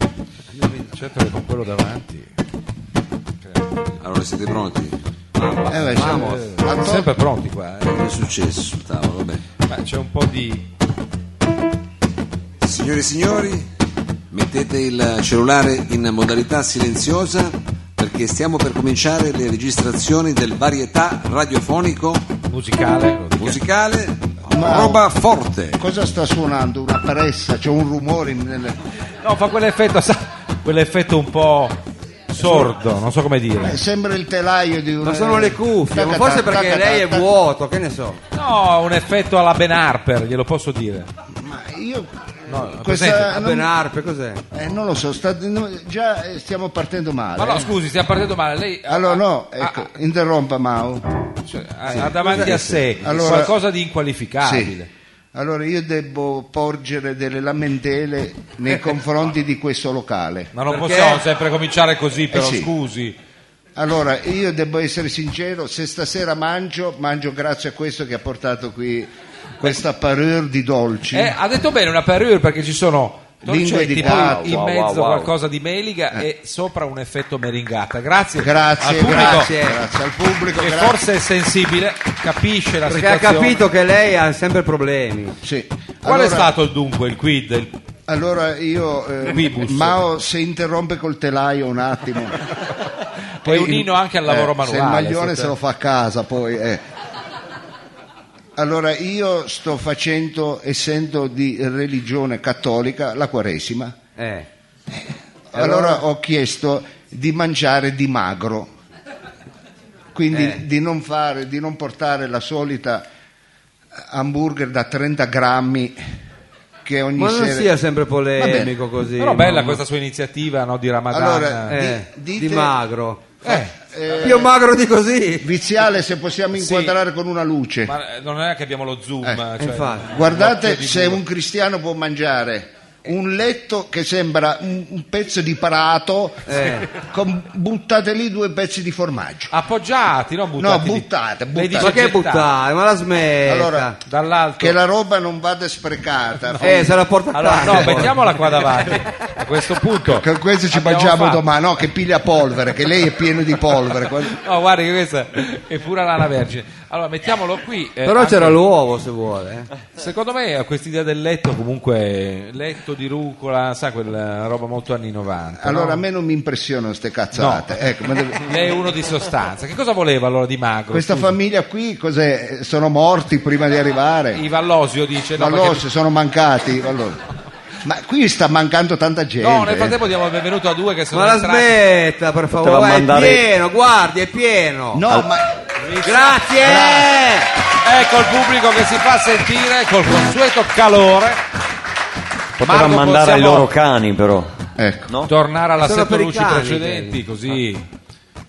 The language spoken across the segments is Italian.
Io mi cerco con quello davanti. Allora siete pronti? Eh, beh, Siamo c'è- siamo Anto- sempre pronti qua. eh. Che è successo sul tavolo? Vabbè. Ma c'è un po' di. Signore e signori, mettete il cellulare in modalità silenziosa perché stiamo per cominciare le registrazioni del varietà radiofonico musicale. lo dica. musicale No. Roba Forte. Cosa sta suonando? Una pressa, c'è un rumore nel... No, fa quell'effetto, sa, quell'effetto un po' sordo, non so come eh, dire. sembra il telaio di una... Ma sono le cuffie, ma Taca, forse taca, perché taca, lei è taca. vuoto, che ne so. No, un effetto alla Ben Harper, glielo posso dire. Ma io... No, questa, presente, non, Ben Harpe, cos'è? eh, non lo so, sta- no, già eh, stiamo partendo male. Ma no, eh. scusi, stiamo partendo male. Lei Allora no, Ah, ecco, interrompa Mau. cioè, ha, ha davanti a sé Allora- qualcosa di Ah, inqualificabile. Sì. Allora io devo porgere delle lamentele nei confronti di questo locale. Ma non Perché? possiamo sempre cominciare così, però sì. scusi. Allora, io devo essere sincero, se stasera mangio, mangio grazie a questo che ha portato qui questa parure di dolci. Eh, ha detto bene una parure perché ci sono Lingue dolcetti, di poi gatto. in Wow, Eh. mezzo wow, wow. qualcosa di meliga e sopra un effetto meringata. Grazie, al Grazie, pubblico grazie, grazie al pubblico, che grazie. forse è sensibile, capisce la Perché ha situazione. capito che lei ha sempre problemi. Sì. Qual allora, è stato il dunque, il quid? il- Allora io, eh, Quibus. Mao, se interrompe col telaio un attimo. È un inno anche al lavoro eh, Se il manuale, maglione se- se lo fa a casa poi. eh. Allora io sto facendo, essendo di religione cattolica, la quaresima. Eh. Allora ho chiesto di mangiare di magro, quindi Eh. di, non fare, di non portare la solita hamburger da 30 grammi che ogni Ma non sera... sia sempre polemico così. Però bella mamma. questa sua iniziativa no, di Ramadan. Allora, Eh, Eh, Di- Di dite- magro. Eh, Più magro di così. Viziale, se possiamo inquadrare con una luce. ma eh, non è che abbiamo lo zoom. Eh, cioè- infatti. Guardate l'occhio di se Dio. un cristiano può mangiare un letto che sembra un, un pezzo di prato, Eh. con- buttate lì due pezzi di formaggio. Appoggiati, non buttati. lì. buttate, Lei buttate. dice Ma che gettate. buttare? Ma la Eh, smetta. Allora, esatto. Dall'alto. Che la roba non vada sprecata. Eh, esatto. se la porta a Allora, casa. no, mettiamola qua davanti. A questo punto. Con questo ci abbiamo mangiamo fatto- domani, no? Che piglia polvere, che lei è pieno di polvere. Quando- No, guarda che questa è pura lana vergine. Allora, mettiamolo qui. eh, Però anche- c'era l'uovo se vuole. eh. Secondo me eh, quest'idea del letto, comunque, letto di rucola, sa, quella roba molto anni 90. no? Allora a me non mi impressionano queste cazzate. Ecco, ma deve- Lei è uno di sostanza. Che cosa voleva allora di magro? Questa famiglia qui cos'è? sono morti prima di I arrivare. Vallosio dice no, Allora, perché- se sono mancati. allora. Ma qui sta mancando tanta gente. No, nel eh. frattempo diamo il benvenuto a due che sono Ma la entrati. smetta, per favore. Poteva È mandare- pieno, guardi, è pieno. No, ma Grazie. Ecco il pubblico che si fa sentire col consueto calore. Poteva Marco, mandare ai possiamo- loro cani, però. ecco. No? Tornare alla Sono sette per i luci cani, precedenti, quelli. così.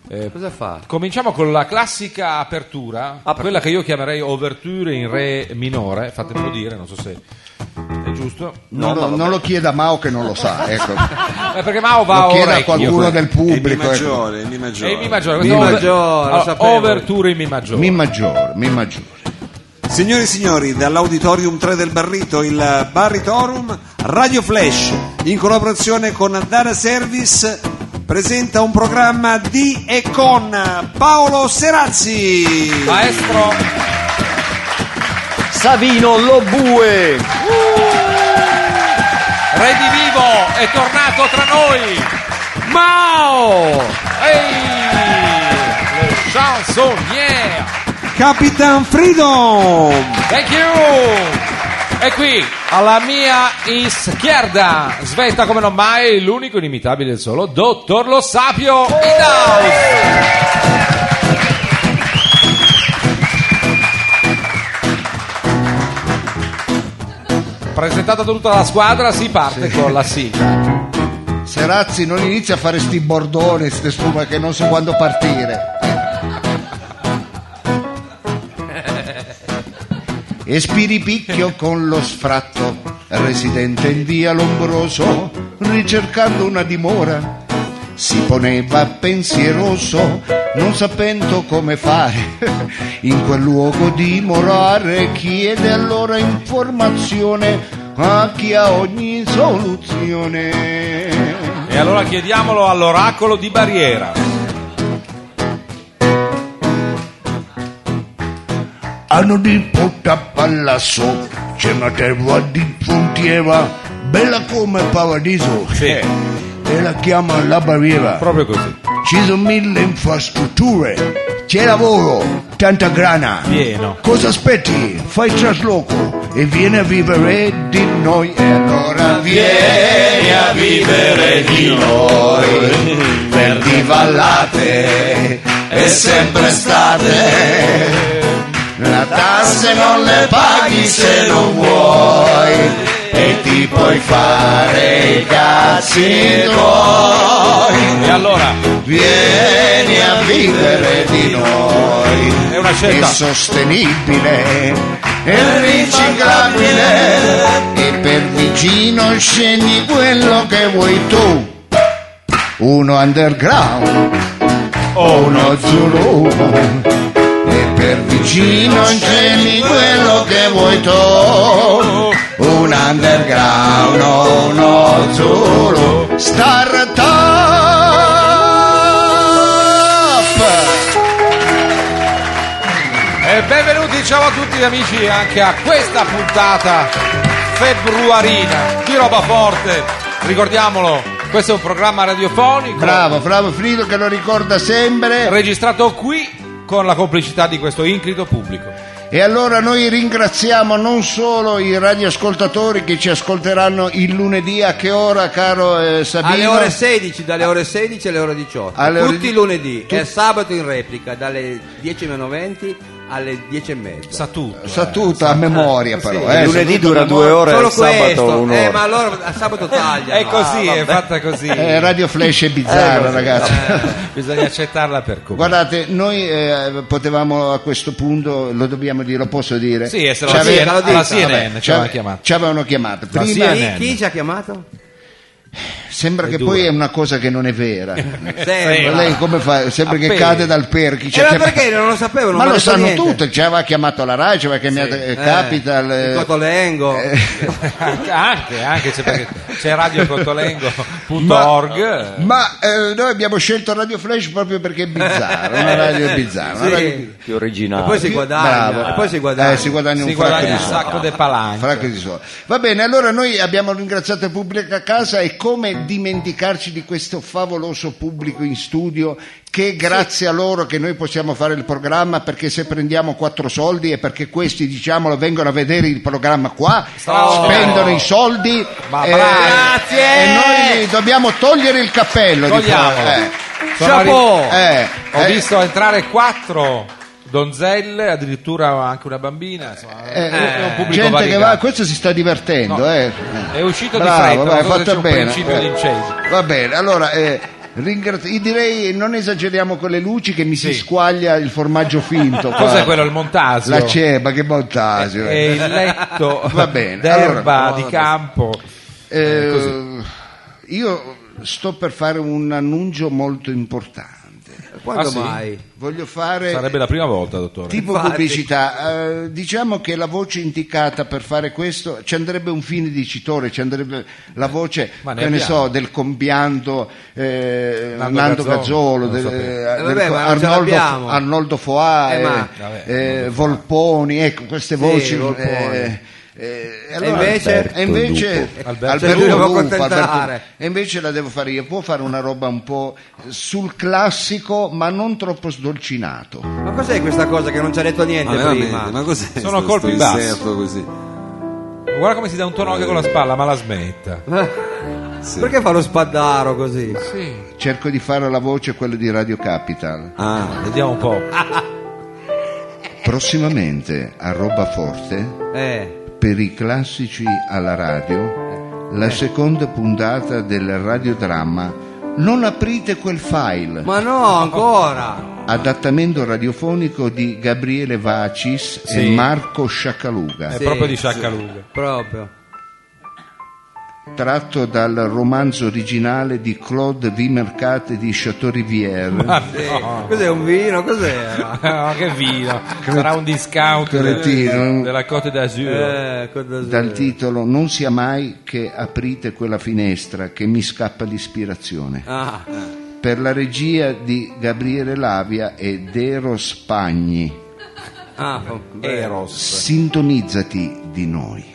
eh, Cosa fa? Cominciamo con la classica apertura, quella che io chiamerei overture in re minore, Mm. fatemelo dire, non so se è giusto. Non, lo, non lo chieda a Mao che non lo sa. Ecco. Lo Eh, perché Mao va a chieda a orecchio, qualcuno quello. del E mi pubblico. ecco. maggiore, e mi maggiore. E in mi maggiore, Mi questa over- maggiore, lo allora, sapevo. overture in mi maggiore. Mi maggiore, mi maggiore. Signore e signori, dall'Auditorium 3 del Barrito, il Barritorum Radio Flash, in collaborazione con Dara Service, presenta un programma di e con Paolo Serazzi. Maestro, Savino Lobue! redivivo, è tornato tra noi. Mao! Ehi, le chansonniere. Capitan Freedom. Thank you! E qui, alla mia schierda, svetta come non mai l'unico inimitabile del solo, Dottor Lo Sapio in house! Presentata tutta la squadra, si parte con la sigla. Serazzi non inizia a fare sti bordoni, ste sfumature che non so quando partire. E spiripicchio con lo sfratto, residente in via Lombroso, ricercando una dimora, si poneva pensieroso, non sapendo come fare. In quel luogo dimorare chiede allora informazione a chi ha ogni soluzione. E allora chiediamolo all'oracolo di Barriera. Hanno di porta a palazzo, c'è una terra di frontiera, bella come paradiso, Sì. e la chiama la barriera. Proprio così. Ci sono mille infrastrutture, c'è lavoro, tanta grana. Pieno. Cosa aspetti? Fai trasloco e vieni a vivere di noi. E allora vieni a vivere di noi, verdi vallate e sempre estate. La tasse non le paghi se non vuoi e ti puoi fare i cazzi tuoi. E allora Vieni a vivere di noi. È una scelta. È sostenibile, è riciclabile. E per vicino scegli quello che vuoi tu. Uno underground o Oh, uno zulu. E per vicino scegli quello che vuoi tu. Un underground o uno zulu. Star Top! e benvenuti ciao a tutti amici anche a questa puntata februarina di roba forte. Ricordiamolo, questo è un programma radiofonico Bravo, bravo Frido che lo ricorda sempre. registrato qui con la complicità di questo incrito pubblico. E allora noi ringraziamo non solo i radioascoltatori che ci ascolteranno il lunedì a che ora, caro eh, Sabino? Alle ore 16, dalle ore 16 alle ore 18. Alle ore Tutti di- i lunedì tu- e sabato in replica dalle 10.20 alle 10.30. Sa tutto. Sa tutta a memoria però. Sì, eh, Lunedì sa dura tutta a due memoria. ore, Solo il sabato questo. un'ora. Eh, ma allora a sabato taglia. Ah, È così, è fatta così. Eh, Radio Flash è bizzarra, ragazzi. Bisogna accettarla per come. Guardate, noi eh, potevamo a questo punto, lo dobbiamo dire, lo posso dire. Sì, e se Ci la, ave- Esatto, aveva- la, aveva- CNN ci ci aveva ave- chiamato. Ci avevano chiamato. La Prima CNN. Chi, chi ci ha chiamato? sembra che dura. poi è una cosa che non è vera. Eh, Sembra. Ma lei come fa? Sembra che Appena. cade dal perchi. ci Eh, ha ma chiamato- perché non lo sapevano? Ma non lo mi ha detto sanno niente. tutti, ci aveva chiamato la RAI, ci aveva chiamato eh, Eh, Capital. eh, il Cotolengo. anche, anche, anche se perché c'è radiocotolengo.org. eh, Ma eh, noi abbiamo scelto Radio Flash proprio perché è bizzarro, una radio bizzarra. una Sì. radio- Più E poi originale. si Più- guadagna. bravo. E poi si guadagna. Eh, si guadagna un si fracco guadagna Ah, di un soldi. sacco di palanche. Franco di Sola. Va bene, allora noi abbiamo ringraziato il pubblico a casa e come dimenticarci di questo favoloso pubblico in studio che è grazie a loro che noi possiamo fare il programma perché se prendiamo quattro soldi è perché questi, diciamolo, vengono a vedere il programma qua, spendono i soldi Ma eh, bravo. Grazie! e noi gli dobbiamo togliere il cappello. diciamo. di Togliamolo. fronte. Sono arri- Chapeau! Eh, eh, Ho eh, visto entrare quattro donzelle, addirittura anche una bambina. insomma, eh, è un pubblico gente che va, variegato. questo si sta divertendo. No. eh. È uscito Bravo, di vai, fretta, non so se fatto c'è un bene. principio Eh. di incendio. Va bene, allora eh, ringrazi- io direi non esageriamo con le luci che mi si squaglia il formaggio finto. qua. Cos'è Eh, quello, il montasio? Ah, La ceba, che montasio. E il letto Va bene, d'erba allora. di campo. Eh, io sto per fare un annuncio molto importante. Quando Ah, sì? mai? Voglio fare Sarebbe la prima volta, dottore. tipo Infatti. pubblicità. Eh, diciamo che la voce indicata per fare questo ci andrebbe un fine dicitore, ci andrebbe la voce, Ma ne che ne abbiamo. so, del compianto eh, Nando Nando, Gazzolo, Gazzolo, non del- lo sapevo. eh, Eh, vabbè, del- ma non ce l'abbiamo. Arnoldo, Arnoldo Foà, Eh, eh, ma- Vabbè, eh, Volponi, ecco, queste voci. Volponi. eh, eh, invece- e invece Alberto Lupo. Alberto Cioè, lui dovevo Lupo, accontentare. Alberto- e invece la devo fare io può fare una roba un po' sul classico ma non troppo sdolcinato Ma cos'è questa cosa che non ci ha detto niente Ah, Ma veramente, prima? ma cos'è? Sono sto- colpi sto bassi. inserto così. Guarda come si dà un tono anche con la spalla, ma la smetta. Sì. Eh, Perché fa lo spaddaro così? Sì. cerco di fare la voce quella di Radio Capital. Ah, Vediamo un po'. Prossimamente a Roba Forte, Eh. per i classici alla radio, la seconda puntata del radiodramma Non aprite quel file, Ma no, ancora. adattamento radiofonico di Gabriele Vacis Sì. Eh. e Marco Sciaccaluga. È Sì, proprio di sì. Sciaccaluga. Proprio. tratto dal romanzo originale di Claude Vimercate di Chateaubriand. Sì. Cos'è un vino? Cos'era? Ma Ah, che vino! Sarà un discount Cretino. del- della Côte d'Azur. Eh, cosa- dal titolo Non sia mai che aprite quella finestra che mi scappa l'ispirazione. Ah, Per la regia di Gabriele Lavia e Dero Spagni. ah, beh. Eros. Sintonizzati di noi.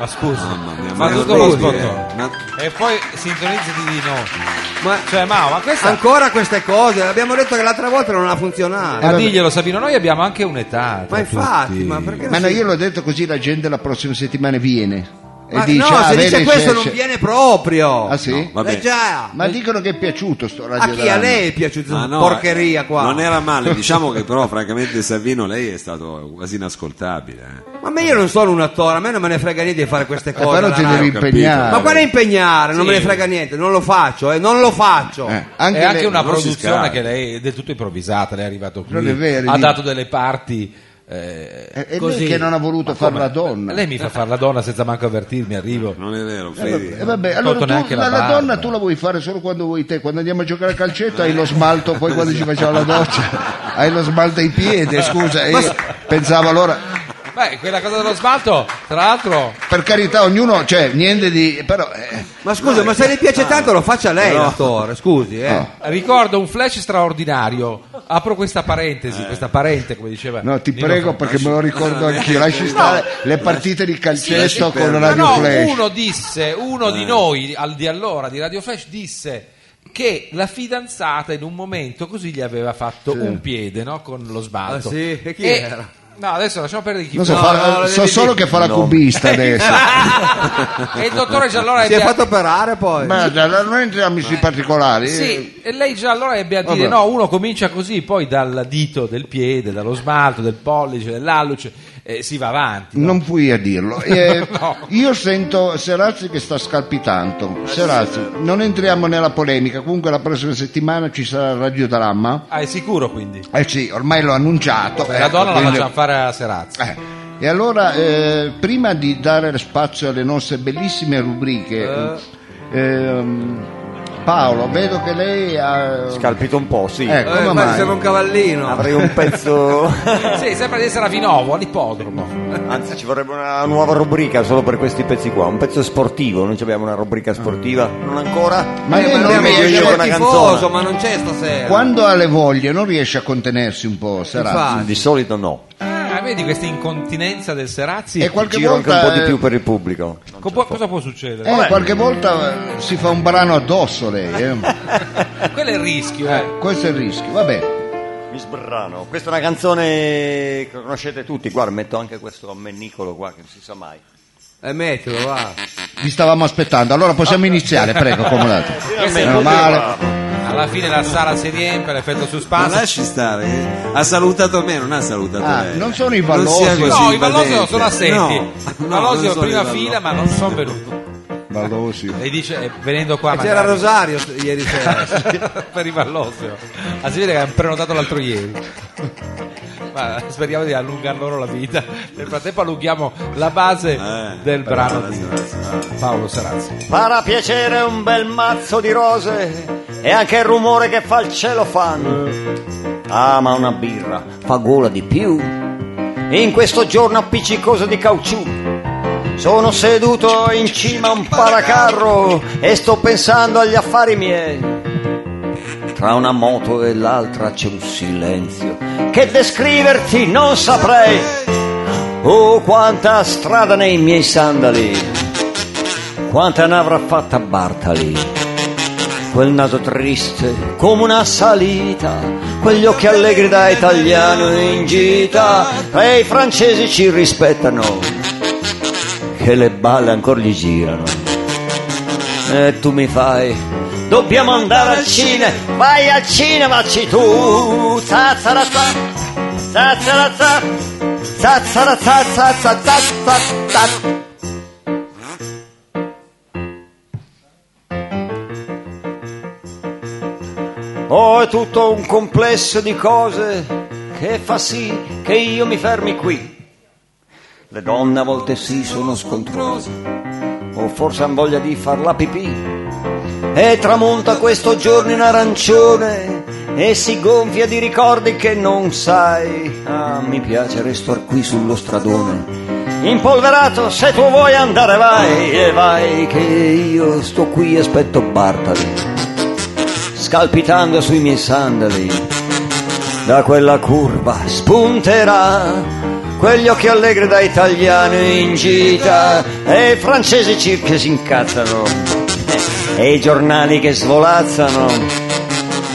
Ma scusa, Ma Ah, ma è tutto lo orribile. spot. Eh, Ma- E poi sintonizzati di no. Ma Cioè, Mao, ma questa. ancora queste cose, abbiamo detto che l'altra volta non ha funzionato. Ma diglielo, Sabino, noi abbiamo anche un'età. Ma tra infatti, tutti. ma perché Eh, Ma no, non si- io l'ho detto così la gente la prossima settimana viene. E Ma dice, no, "Ah, se vedi, dice c'è- questo non c'è-". viene proprio. Ah, sì? No, vabbè. Eh già. Ma dicono che è piaciuto sto radio A chi a dell'anno. lei è piaciuta ma questa Ah, no, eh, porcheria qua? Non era male, diciamo che però francamente Savino lei è stato quasi inascoltabile. eh. Ma me io non sono un attore, a me non me ne frega niente di fare queste cose. Però alla ti radio. devi ho capito. impegnare. Ah, Ma quale impegnare? Non me ne frega niente, non lo faccio, eh, non lo faccio. Eh, è anche lei- una non si produzione scala. che lei è del tutto improvvisata, lei è arrivato qui, Non è vero, ha dico- dato delle parti eh, È, è così. lei che non ha voluto fare la donna. Lei mi fa fare la donna senza manco avvertirmi, arrivo. Non è vero, Eh, Fede. vabbè, eh, vabbè, Non allora tolto tu, neanche la la, la barba. donna tu la vuoi fare solo quando vuoi te, quando andiamo a giocare a calcetto hai lo smalto, poi quando ci facciamo la doccia hai lo smalto ai piedi, scusa, io pensavo allora, Beh, quella cosa dello smalto, tra l'altro, per carità ognuno, cioè niente di... però... eh, Ma scusa, ma se le piace tanto lo faccia lei Però- l'attore, scusi, eh. No. ricordo un flash straordinario. Apro questa parentesi, questa parente, come diceva. Eh. no, ti Nino prego Fra- perché me lo ricordo anch'io, lasci stare le partite di calcesto con Ma Radio no, Flash. uno disse, uno Eh. di noi al di allora di Radio Flash disse che la fidanzata in un momento così gli aveva fatto un piede no? con lo sbalzo. Ah, sì? E chi era? No, adesso lasciamo perdere chi Non so, No, fa- no, no, so devi- solo che fa la cubista adesso. Eh, E il dottore già allora Si è ebbe a- fatto operare poi. Eh, Ma da- da- non entriamo sui particolari. eh. Sì, e lei già allora ebbe a Vabbè. dire: no, uno comincia così, poi dal dito del piede, dallo smalto, del pollice, dell'alluce, eh, si va avanti. no? Non fui a dirlo. Eh, No. Io sento Serazzi che sta scalpitando. Serazzi, non entriamo nella polemica. Comunque la prossima settimana ci sarà il radiodramma. Ah, è sicuro quindi? Eh sì, ormai l'ho annunciato. la ecco, donna la quindi- facciamo fare a Serazzi. Eh, E allora, eh, prima di dare spazio alle nostre bellissime rubriche, ehm, Paolo, vedo che lei ha... Scalpito un po', sì. Ecco. Eh, come ma mai? sembra un cavallino. Eh, Avrei un pezzo. Sì, sembra di essere a Vinovo, all'ippodromo. Anzi, ci vorrebbe una nuova rubrica solo per questi pezzi qua. Un pezzo sportivo, non ci abbiamo una rubrica sportiva? Non ancora? Ma Eh, io non non Abbiamo mi riesco- viene io con una tifoso, canzone. ma non c'è stasera. Quando ha le voglie non riesce a contenersi un po', Serazzi. Infatti. Di solito no. Ah, vedi questa incontinenza del Serazzi? E qualche Giro anche un volta... po' di eh, più per il pubblico. Co- può- cosa può succedere? Eh, qualche volta eh, si fa un brano addosso lei, eh. Quello è il rischio, eh. questo è il rischio. Vabbè, Mi sbrano. Questa è una canzone che conoscete tutti. Guarda, metto anche questo ammennicolo qua che non si sa mai. Eh, mettilo, va. vi stavamo aspettando, allora possiamo iniziare, prego, comodato. Meno male. Alla fine la sala si riempie, l'effetto Ma suspense. lasci stare, eh. ha salutato me, non ha salutato Ah, lei. non sono i Non sia Vallosio. così No, i Vallosio invadente. sono assenti. No, I no, Vallosio non in sono i prima Vallosio. fila, ma non sono venuti. Vallosio. Lei dice, eh, venendo qua... Ah, E C'era magari- Rosario s- ieri sera. per i Vallosio. Ah, si vede che hanno prenotato l'altro ieri. Ma speriamo di allungare loro la vita. Nel frattempo allunghiamo la base Eh, del però, brano adesso, di adesso, adesso. Paolo Sarazzi. Farà piacere un bel mazzo di rose e anche il rumore che fa il cielo fan. Ah, ma una birra fa gola di più. In questo giorno appiccicoso di caucciù. Sono seduto in cima a un paracarro e sto pensando agli affari miei. Tra una moto e l'altra c'è un silenzio che descriverti non saprei. Oh, quanta strada nei miei sandali. Quanta ne avrà fatta Bartali? Quel naso triste come una salita, quegli occhi allegri da italiano in gita, e i francesi ci rispettano, che le balle ancora gli girano. E tu mi fai, dobbiamo andare al cinema, vai al cinema, ci tu, zazzarazza, zazzarazza, zazzarazza, zazzarazza, Oh, è tutto un complesso di cose che fa sì che io mi fermi qui. Le donne a volte sì sono scontrose, o forse han voglia di far la pipì. E tramonta questo giorno in arancione e si gonfia di ricordi che non sai. Ah, mi piace restar qui sullo stradone. Impolverato, se tu vuoi andare vai e vai che io sto qui e aspetto Bartali. Scalpitando sui miei sandali, da quella curva spunterà quegli occhi allegri da italiano in gita e i francesi circa si incazzano e i giornali che svolazzano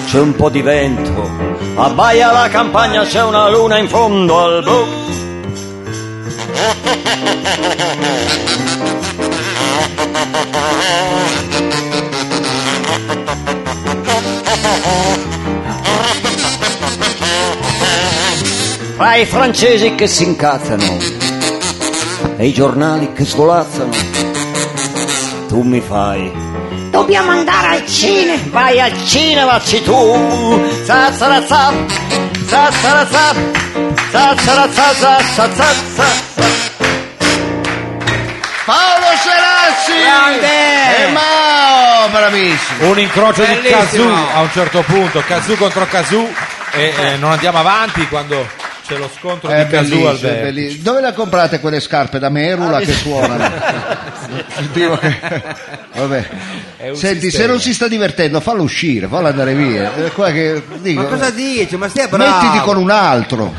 c'è un po' di vento abbaia la campagna c'è una luna in fondo al blu fra i francesi che si incazzano e i giornali che svolazzano. Tu mi fai. Dobbiamo andare al cinema. Vai al cinema, ci tu. Zazzarazza, zazzarazza, zazzarazza, zazzarazza. Paolo Serassi Grande! e Mao, bravissimo. un incrocio di Bellissimo. Kazoo a un certo punto Kazoo contro Kazoo e eh, non andiamo avanti quando c'è lo scontro Eh, È di Ah, Kazoo bellissimo, al è bellissimo. Dove la comprate quelle scarpe da merula che suonano? Sentivo che- Vabbè. È un Senti, sistema. se non si sta divertendo, fallo uscire, fallo andare via. Eh, qua che- dico, Ma cosa dici? Ma stai bravo. mettiti con un altro.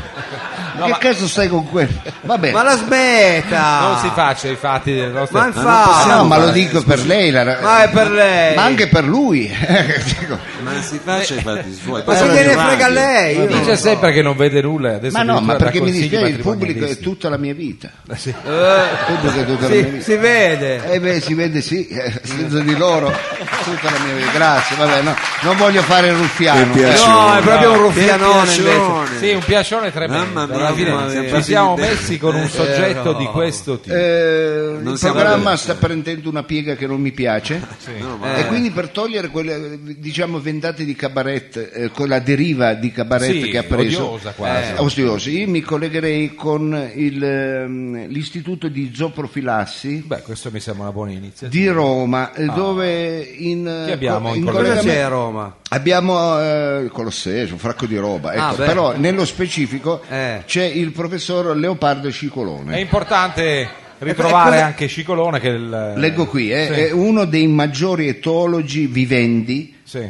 che cazzo stai con quello? Vabbè. Ma la smetta. non si faccia i fatti delle nostre Ma Ah, infatti. no, ma lo dico per lei, la- Ma è per lei. ma anche per lui. Dico, Ma si faccia i fatti suoi. Ma poi se sono te in ne radio. frega lei. io dice non- sempre che non vede nulla adesso ma no, addirittura ma dà perché mi consigli dispiace, il pubblico è patrimonialisti. tutta la mia vita. Eh, Il pubblico è tutta la mia si, vita. si vede. Eh beh, si vede sì, eh, senza di loro tutta la mia vita. Grazie, vabbè, no, non voglio fare il ruffiano. Che piace. eh. No, è proprio un ruffianone Che invece. piacione. sì un piacione tremendo Mamma mia, alla fine mamma mia. ci siamo Siamo messi con un soggetto di questo tipo Eh, il siamo programma adesso. sta prendendo una piega che non mi piace e quindi per togliere quelle diciamo vendate di cabaret eh, quella deriva di cabaret Sì, che ha preso odiosa quasi. eh, odiosa, io mi collegherei con il, ehm, l'istituto di zooprofilassi beh questo mi sembra una buona iniziativa di Roma eh, dove in, Ah. Chi eh, abbiamo co- in in Cosa collegamento? collegamento- c'è a Roma? Abbiamo eh, il Colosseo, un fracco di roba, ecco. Ah, beh. però nello specifico Eh. c'è il professor Leopardo è Scicolone. importante ritrovare cosa- anche Scicolone che è il Eh, Leggo qui, eh, Sì. è uno dei maggiori etologi vivendi sì.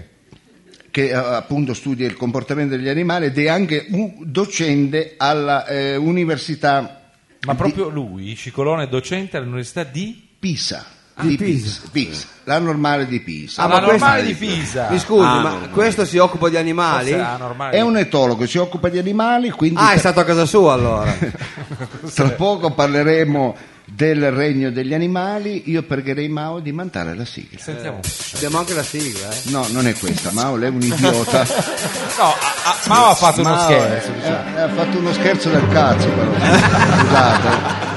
che eh, appunto studia il comportamento degli animali ed è anche un docente alla eh, Università Ma proprio lui, Scicolone, docente all'università di Pisa. Ah, Di Pisa. Pisa, la normale di Pisa. la questo- normale di Ah. Pisa. Mi scusi, ma questo si occupa di animali? Sarà normale. È un etologo, si occupa di animali, quindi Ah, esatto. è tra- stato a casa sua allora. tra poco parleremo del regno degli animali. Io pregherei Mao di mandare la sigla. Sentiamo. un po'. Abbiamo anche la sigla, eh. No, non è questa, Mao, lei è un idiota. No, a- a- Mao ha fatto uno Mao, scherzo. diciamo. eh, eh, ha fatto uno scherzo del cazzo, però. Scusate.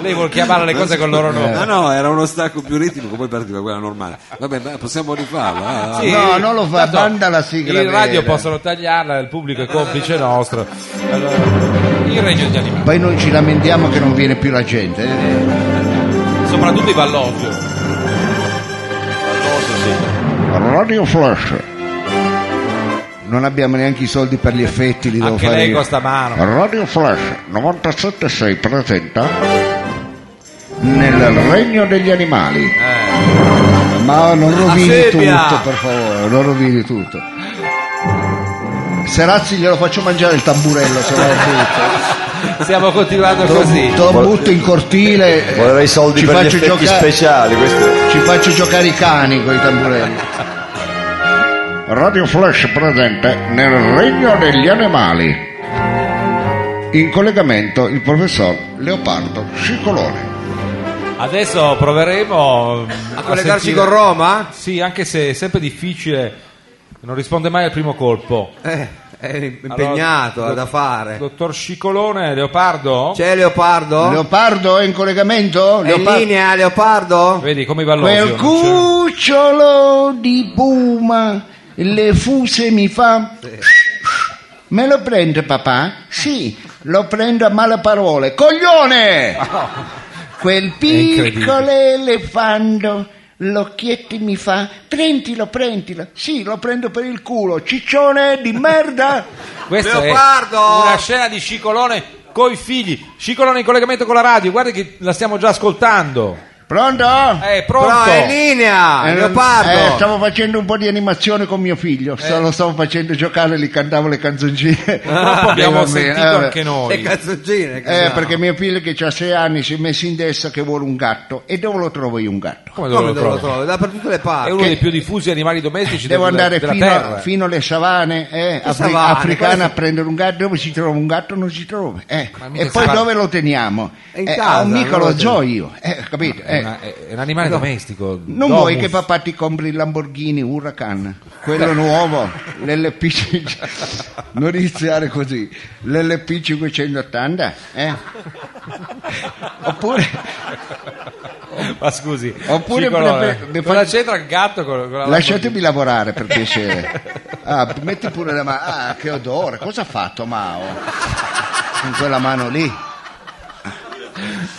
Lei vuol chiamare le cose col loro nome. Eh, Ma no, era uno stacco più ritmico, poi partiva quella normale. Vabbè, ma possiamo rifarla. eh? Sì, no, non lo fa, tanto banda la sigla In radio vera. possono tagliarla, il pubblico è complice nostro. Allora, il regno degli animali, Poi noi ci lamentiamo che non viene più la gente. eh. soprattutto i Vallogio. Radio Flash. Non abbiamo neanche i soldi per gli effetti, li devo Anche fare lei io. costa mano. Radio Flash 976 presenta Nel regno degli animali. Ma non rovini sebbia! tutto, per favore, non rovini tutto. Serazzi glielo faccio mangiare il tamburello, se no tutto. Stiamo continuando Te lo- così. Te lo butto in cortile. eh, Vorrei soldi ci per gli faccio effetti giocare- speciali, questo Ci faccio giocare i cani con i tamburelli. Radio Flash presente nel regno degli animali. In collegamento il professor Leopardo Scicolone. Adesso proveremo mm, A collegarci sentire- con Roma? Sì, anche se è sempre difficile. Non risponde mai al primo colpo. Eh, è impegnato, Allora, ha da fare. Dottor Scicolone, Leopardo? C'è Leopardo? Leopardo è in collegamento? è in Leopardo- linea Leopardo? Vedi come i Vallogio. Quel non c'è- cucciolo di puma le fuse mi fa. Me lo prende papà? Sì, lo prendo a male parole. Coglione! Quel piccolo elefando, l'occhietti mi fa, prendilo, prendilo. Sì, lo prendo per il culo, ciccione di merda. Questa Leopardo! è una scena di Scicolone coi figli. Scicolone in collegamento con la radio, guarda che la stiamo già ascoltando. Eh, Pronto? È pronto. Però è in linea, Eh, eh, Ah, Leopardo. stavo facendo un po' di animazione con mio figlio, sta- lo stavo facendo giocare, gli cantavo le canzoncine. Purtroppo abbiamo Dei bambini, sentito eh, vabbè. anche Le noi. calzoncine. che Eh, sono. perché mio figlio che ha sei anni si è messo in testa che vuole un gatto. E dove lo trovo io un gatto? Come dove Come lo dove lo trovo? trovo? Da per tutte le È parti. uno dei più diffusi animali domestici Devo del- andare della fino, terra. fino alle savane eh, Che afri- savane? Quale africane a sa- prendere un gatto. Dove si trova un gatto non si trova. eh. Ma mica E si poi parla- dove lo teniamo? È in Eh, casa, a un mica non lo lo teniamo. zoo io. eh, capito? È, Eh, una- è- è un animale domestico. Non domus. vuoi che papà ti compri il Lamborghini Huracan, quello nuovo, l'LP, non iniziare così, l'LP 580, eh? Oppure Ma scusi, Oppure Scicolone, pre- pre- cosa c'entra il gatto con, con la lasciatemi lavorare per piacere. Ah, metti pure la mano, ah che odore, cosa ha fatto Mao? Con quella mano lì.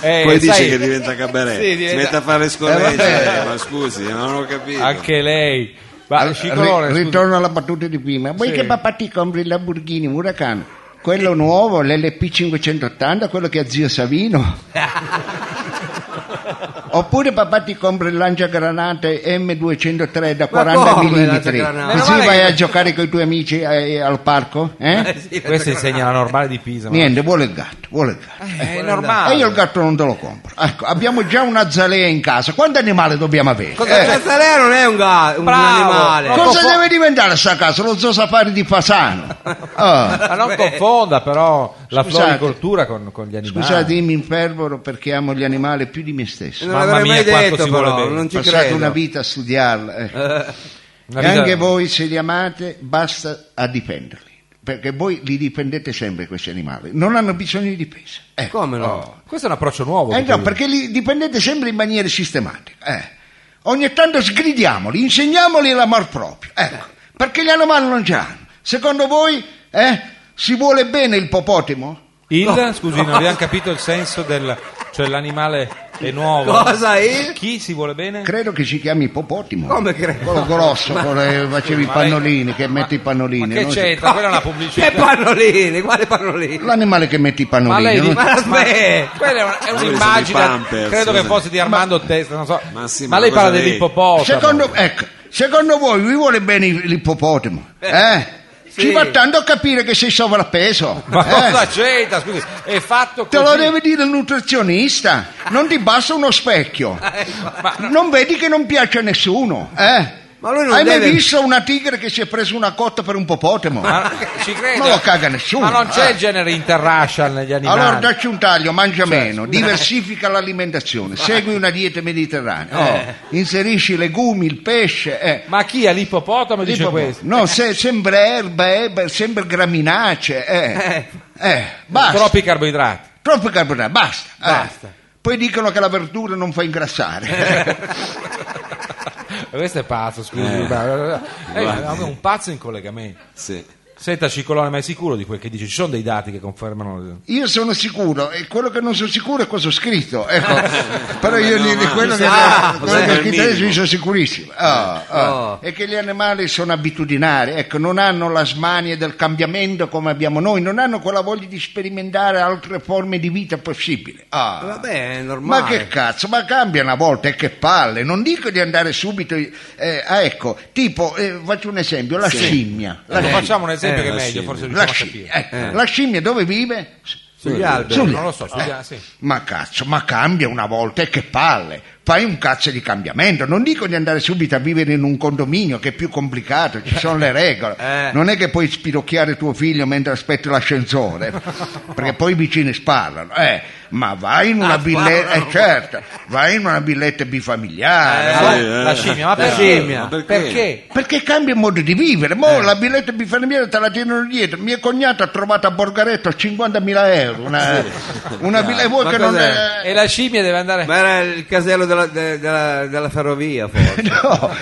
Eh, Poi dice sai, che diventa cabaret, Sì, si diventa- mette a fare Eh, vabbè. scorreggia, ma scusi, non ho capito. Anche lei. Ma Allora, Scicolone, ri- scusi, ritorno alla battuta di prima. Vuoi Sì. che papà ti compri il Lamborghini Huracan? Quello nuovo, l'LP 580, quello che ha zio Savino? Oppure papà ti compra il lanciagranate M203 da Ma 40 come mm. lanciagranate? Meno Così male vai che- a giocare con i tuoi amici eh, al parco? Eh? Sì, questo insegna la normale di Pisa. ma- Niente, vuole il gatto, vuole il gatto. Eh, È E io normale. Eh, il gatto non te lo compro. Ecco, abbiamo già una zalea in casa. Quanti animali dobbiamo avere? Cosa Eh? cazzo lei non è un, ga- un Bravo. animale. No. Cosa Dopo- deve diventare sta casa? Lo zoo safari di Fasano. Ah. Ma non confonda però la Scusate. floricoltura con, con gli animali. Scusate, io mi infervoro perché amo gli animali più di me stesso. Non Mamma l'avrei mai mia, quanto detto, ci vuole però. bene. Non Ho ci passato credo. una vita a studiarla. eh. Una e vita- anche voi, se li amate, basta a difenderli. Perché voi li difendete sempre questi animali. Non hanno bisogno di difesa. Eh. Come no? Questo è un approccio nuovo. Eh che no, tu- perché li difendete sempre in maniera sistematica. eh. Ogni tanto sgridiamoli, insegniamoli l'amor proprio. Ecco, perché gli animali non ce l'hanno. Secondo voi eh, si vuole bene il popotimo? Il, scusi, non abbiamo capito il senso del... Cioè l'animale è nuovo. Oh, Cosa il? Chi si vuole bene? Credo che si chiami Popotimo. Come credo? Quello grosso, quello che facevi i Ma lei- pannolini, che metti i pannolini. Cioè- Ma che non si- c'entra? Quella è una pubblicità. Che pannolini, quale pannolini? L'animale che metti i pannolini. Ma lei non- di- Ma aspetta. ma- quella è, una- è sono un'immagine, dei Pampers, credo che scusa. fosse di Armando Testa, non so. Ma sì, ma ma lei cosa parla devi- dell'ippopotamo. Secondo, ecco, secondo voi vi vuole bene il- l'ippopotamo? Eh? sì. Ci va tanto a capire che sei sovrappeso. Ma eh? cosa c'entra? Scusi, è fatto così. Te lo deve dire il nutrizionista, non ti basta uno specchio. Ma no, Non vedi che non piace a nessuno, eh? Ma lui non Hai mai deve- visto una tigre che si è presa una cotta per un popotamo? ma ci credo. Non lo caga nessuno, Ma non c'è eh. il genere interracial negli animali. Allora dacci un taglio, mangia meno, diversifica l'alimentazione, segui una dieta mediterranea, oh, inserisci legumi, il pesce. eh. Ma chi è l'ippopotamo dice Tipo, questo? No, se- sembra erba, erba, sembra graminace. eh. Eh, basta. Troppi carboidrati. Troppo carbonato, basta. eh. Poi dicono che la verdura non fa ingrassare. Questo è pazzo, scusi. ma- eh, ma è un pazzo in collegamento. Sì. Senta Cicolone, ma è sicuro di quel che dice? Ci sono dei dati che confermano. Io sono sicuro, e quello che non sono sicuro è cosa ho scritto. ecco. Però io no, di, di ma- quello che, Ah, quello che ho cos'è? scritto adesso io sono sicurissimo. Ah, ah. Oh. E che gli animali sono abitudinari, ecco, non hanno la smania del cambiamento come abbiamo noi, non hanno quella voglia di sperimentare altre forme di vita possibili. Ah. Vabbè, è normale. Ma che cazzo, ma cambia una volta e che palle, non dico di andare subito, eh, ah, ecco, tipo, eh, faccio un esempio, la scimmia, la, Ecco, facciamo un esempio eh, che è la meglio, scimmia. forse la riusciamo a scimmia, capire. ecco, Eh. la scimmia dove vive? Sugli alberi. Sugli- Non lo so, studia- sì. Ma cazzo, ma cambia una volta e che palle, fai un cazzo di cambiamento, non dico di andare subito a vivere in un condominio che è più complicato, ci sono le regole, Eh. non è che puoi spirocchiare tuo figlio mentre aspetti l'ascensore, perché poi i vicini sparano, eh, ma vai in una Ah, villetta, eh, certo, vai in una villetta bifamiliare, Ma vai- sì, eh. la scimmia, ma La perché? scimmia. Ma Perché? Perché? Perché cambia il modo di vivere? Mo Eh. la billetta bifamiliare te la tirano dietro. Mia cognata ha trovato a Borgaretto 50.000 euro. Una, una villa- e vuoi Ah, Ma che non cos'è? è- E la scimmia deve andare. Ma era il casello della, de- della- della ferrovia, forse. No.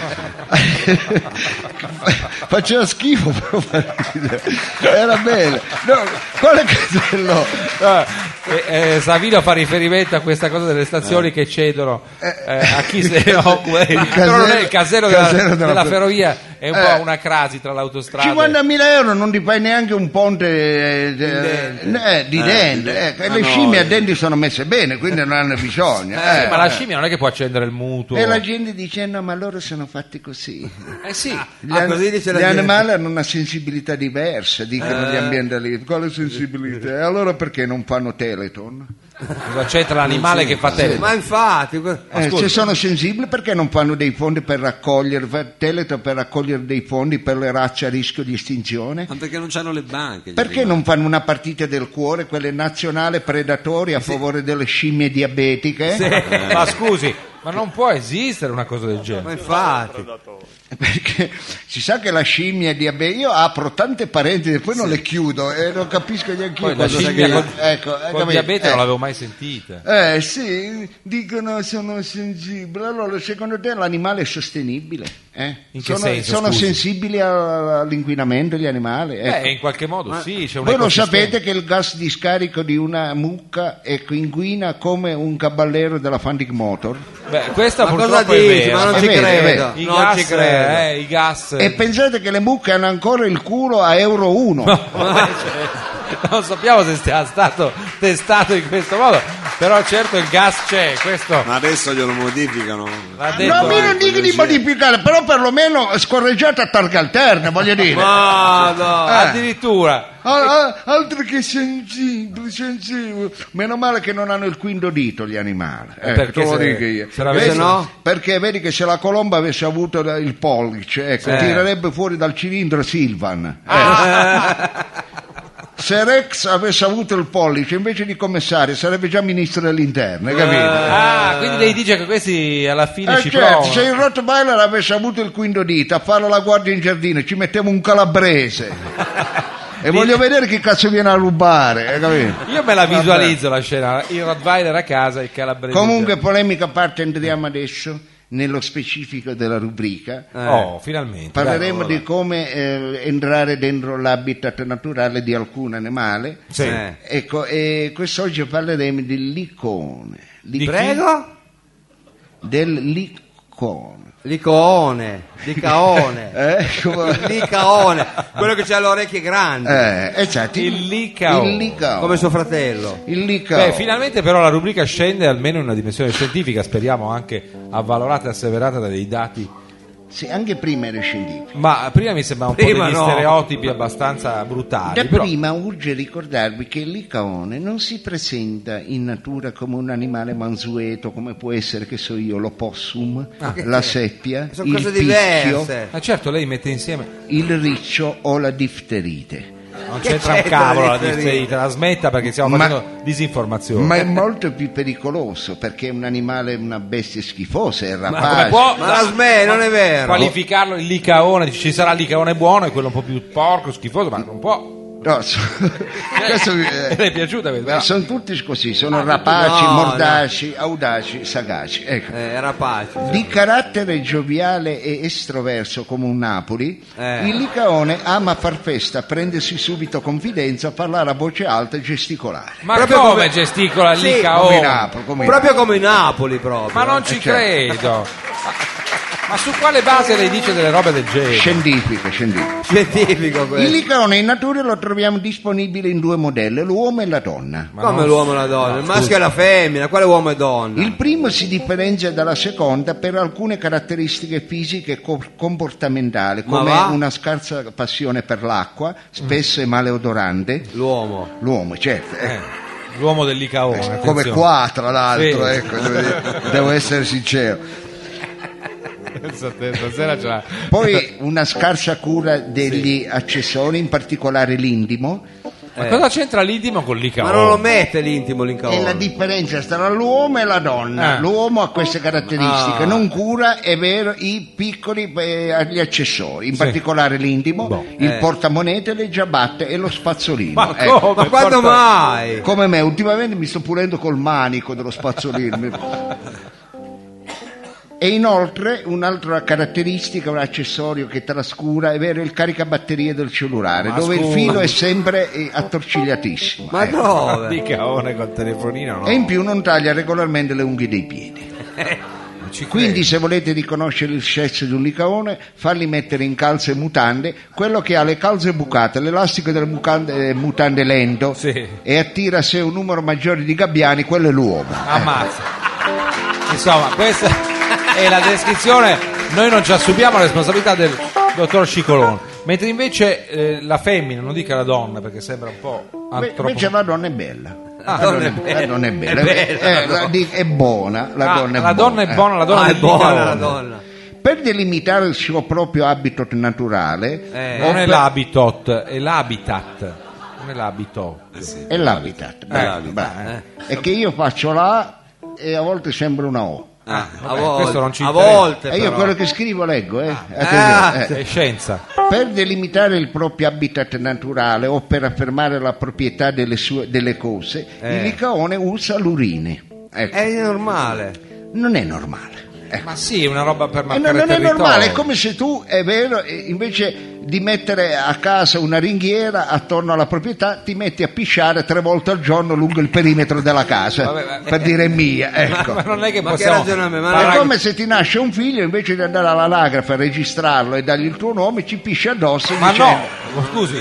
faceva schifo però fa ridere. era bello no, quale casello E, eh, Savino fa riferimento a questa cosa delle stazioni che cedono eh, a chi se ne occupa. il Però non è il casello- casello della, casello della- della ferrovia, è un Eh. po' una crasi tra l'autostrada. 50.000 euro non ti fai neanche un ponte eh, eh, di dente ecco. E le scimmie a denti sono messe bene quindi non hanno bisogno eh. Eh, ma la scimmia non è che può accendere il mutuo. e la gente dice no ma loro sono fatti così Eh sì. gli, Ah, an- così dice la gli gente. animali hanno una sensibilità diversa dicono gli ambientalisti quale sensibilità e allora perché non fanno Teleton Cosa c'entra l'animale che fa te? Ma infatti, Eh, se sono sensibili perché non fanno dei fondi per raccogliere fa- Teleton per raccogliere dei fondi per le razze a rischio di estinzione Ma perché non c'hanno le banche? gli Perché arriva. non fanno una partita del cuore, quelle nazionale predatori a favore delle scimmie diabetiche? Eh. Ma scusi, ma non può esistere una cosa del genere. ma infatti. Perché si sa che la scimmia diabetica. Io apro tante parentesi, poi non le chiudo e non capisco neanche io Poi la cosa scimmia sia. con, Ecco, eh, con capito? diabete Eh. non l'avevo mai sentita. Eh sì, dicono sono sensibili. Allora, secondo te l'animale è sostenibile? eh? In che sono senso, sono scusi? sensibili a- all'inquinamento gli animali? Ecco. Beh, Eh, in qualche modo sì, c'è un Voi lo ecosistema. sapete che il gas di scarico di una mucca ecco, inquina come un caballero della Fantic Motor? Beh, questa Ma cosa purtroppo è dici? vera. Ma non È ci vero, è credo. I non gas, ci credo. eh, i gas. E pensate che le mucche hanno ancora il culo a Euro 1. cioè, Non sappiamo se sia stato testato in questo modo, però certo il gas c'è, questo Ma adesso glielo modificano. l'ha No, a detto. me non dico di modificare, però perlomeno scorreggiate a targa alterna, voglio dire. Ah, no, Eh. addirittura. Ah, ah, altro che sensibili, sensibili. Meno male che non hanno il quinto dito gli animali. Eh, perché te lo se- dico io. se l'avesse- Vedi- no? Perché vedi che se la colomba avesse avuto la- il pollice, ecco, Sì. tirerebbe fuori dal cilindro Silvan. Eh. Ah. Se Rex avesse avuto il pollice invece di commissario sarebbe già ministro dell'interno, hai capito? Ah, quindi lei dice che questi alla fine Eh ci certo, provano. se il Rottweiler avesse avuto il quinto dito a farlo la guardia in giardino ci mettiamo un calabrese e voglio vedere che cazzo viene a rubare hai capito? Io me la visualizzo la scena, il Rottweiler a casa e il calabrese. comunque polemica a parte entriamo adesso nello specifico della rubrica Oh, finalmente. parleremo di come eh, entrare dentro l'habitat naturale di alcun animale Sì. Eh. ecco e quest'oggi parleremo del licone Li- Di chi? Prego? del licone Licoone, licaone, eh, come- licaone, quello che ha le orecchie grandi, Eh, esatto. Il licao. Il licao. come suo fratello. Il licao. Beh, finalmente però la rubrica scende almeno in una dimensione scientifica, speriamo anche avvalorata e asseverata da dei dati. Sì, anche prima era scientifico. Ma prima mi sembra un po' Prima degli no. stereotipi abbastanza Da brutali. Ah, Però... prima urge ricordarvi che il licaone non si presenta in natura come un animale mansueto, come può essere, che so io, l'opossum, Ah, la seppia, Sono il cose picchio, diverse. Ma certo, lei mette insieme. il riccio o la difterite. Non Che c'entra un c'entra cavolo la la differenza? difterite, la smetta perché stiamo Ma- facendo disinformazione. Eh, Ma è molto più pericoloso perché è un animale, una bestia schifosa, è Ma come rapace. può Ma la SME non è vero. qualificarlo il licaone? Dice, Ci sarà il licaone buono e quello un po' più porco, schifoso, ma non può. No, so- questo mi- eh. Le è piaciuta questa? Ma No. sono tutti così, Ah, sono rapaci, no, mordaci, audaci, sagaci. Ecco. Eh, rapace. Di carattere gioviale e estroverso come un Napoli, Eh. il Licaone ama far festa, prendersi subito confidenza, parlare a voce alta e gesticolare. Ma Proprio come, come- gesticola il Sì, licaone? Come in Napoli, come in Proprio come i Napoli proprio. Ma non eh. ci Eh, certo. credo. Ma su quale base lei dice delle robe del genere? Napoli. Scientifiche, scientifiche. scientifico Il questo. Licaone in natura lo troviamo disponibile in due modelli, l'uomo e la donna. Ma Come non- l'uomo e la donna, il maschio e la femmina, quale uomo e donna? Il primo si differenzia dalla seconda per alcune caratteristiche fisiche e co- comportamentali, Ma come va? una scarsa passione per l'acqua, spesso e maleodorante. L'uomo. L'uomo, certo. eh. L'uomo del licaone. come attenzione. qua tra l'altro Sì. ecco, devo, dire- devo essere sincero Pensa te, Stasera ce l'ha. poi una scarsa cura degli accessori in particolare l'indimo Ma cosa c'entra l'intimo con l'icaone? Ma non lo mette l'intimo l'incaone. e la differenza tra l'uomo e la donna Ah. l'uomo ha queste caratteristiche Ah. non cura è vero i piccoli eh, gli accessori in particolare l'indimo Boh. il Eh. portamonete le giabbatte e lo spazzolino Ma ecco. come? Ma quando Porta- Eh, mai? Come me, ultimamente mi sto pulendo col manico dello spazzolino. E inoltre un'altra caratteristica, un accessorio che trascura, è vero, il caricabatterie del cellulare, dove il filo è sempre eh, attorcigliatissimo. Ma ecco. no, Di caone col telefonino, no? E in più non taglia regolarmente le unghie dei piedi. Quindi se volete riconoscere il sesso di un licaone, farli mettere in calze e mutande, quello che ha le calze bucate, l'elastico delle mucande- eh, mutande lento Sì. e attira a sé un numero maggiore di gabbiani, quello è l'uomo. Ammazza. Insomma, questa è la descrizione. Noi non ci assumiamo la responsabilità del dottor Scicolone. Mentre invece eh, la femmina, non dica la donna perché sembra un po' Beh, antropo... Invece la donna è bella. Ah, La donna è- la donna è bella, Eh, la- di- è buona, la Ah, donna è la donna buona, è eh. buona, la donna Ah, è è buona buona. la donna. Per delimitare il suo proprio habitat naturale Eh, o Non è per- l'habitat, è l'habitat. Non è l'abito. è l'habitat. bravo, bravo. eh. È che io faccio la e a volte sembra una O. Ah, a vabbè, volte, questo non ci a interessa. volte e Eh, io però. quello che scrivo leggo, eh. Ah, Attenzione, eh. È scienza. Per delimitare il proprio habitat naturale o per affermare la proprietà delle, sue- delle cose, Eh. il licaone usa l'urine. Ecco. È normale. Non è normale. Ecco. Ma sì, è una roba per Eh, marcare no, non è territorio. normale, è come se tu, è vero, eh, invece di mettere a casa una ringhiera attorno alla proprietà, ti metti a pisciare tre volte al giorno lungo il perimetro della casa, Vabbè, ma- per dire mia, ecco. Ma non è che Ma che possiamo... ragionamento, ma- parag- È come se ti nasce un figlio, invece di andare all'anagrafe a registrarlo e dargli il tuo nome, ci pisci addosso Ma dicendo, no, scusi.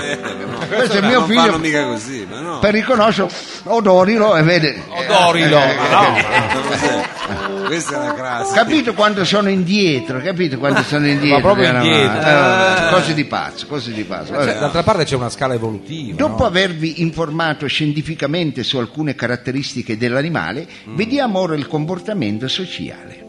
questo è Ma mio non figlio, fanno mica così, ma no. per riconoscerlo, odorilo e vede... Odorilo, eh, eh, ma no, eh, ma- Ma cos'è? Questa è la classe. Capito quando sono indietro, capito quando sono indietro. proprio eh, no, indietro. eh, cose di pazzo, cose di pazzo. Cioè, Vabbè. d'altra parte c'è una scala evolutiva. Dopo no? avervi informato scientificamente su alcune caratteristiche dell'animale, Mm. vediamo ora il comportamento sociale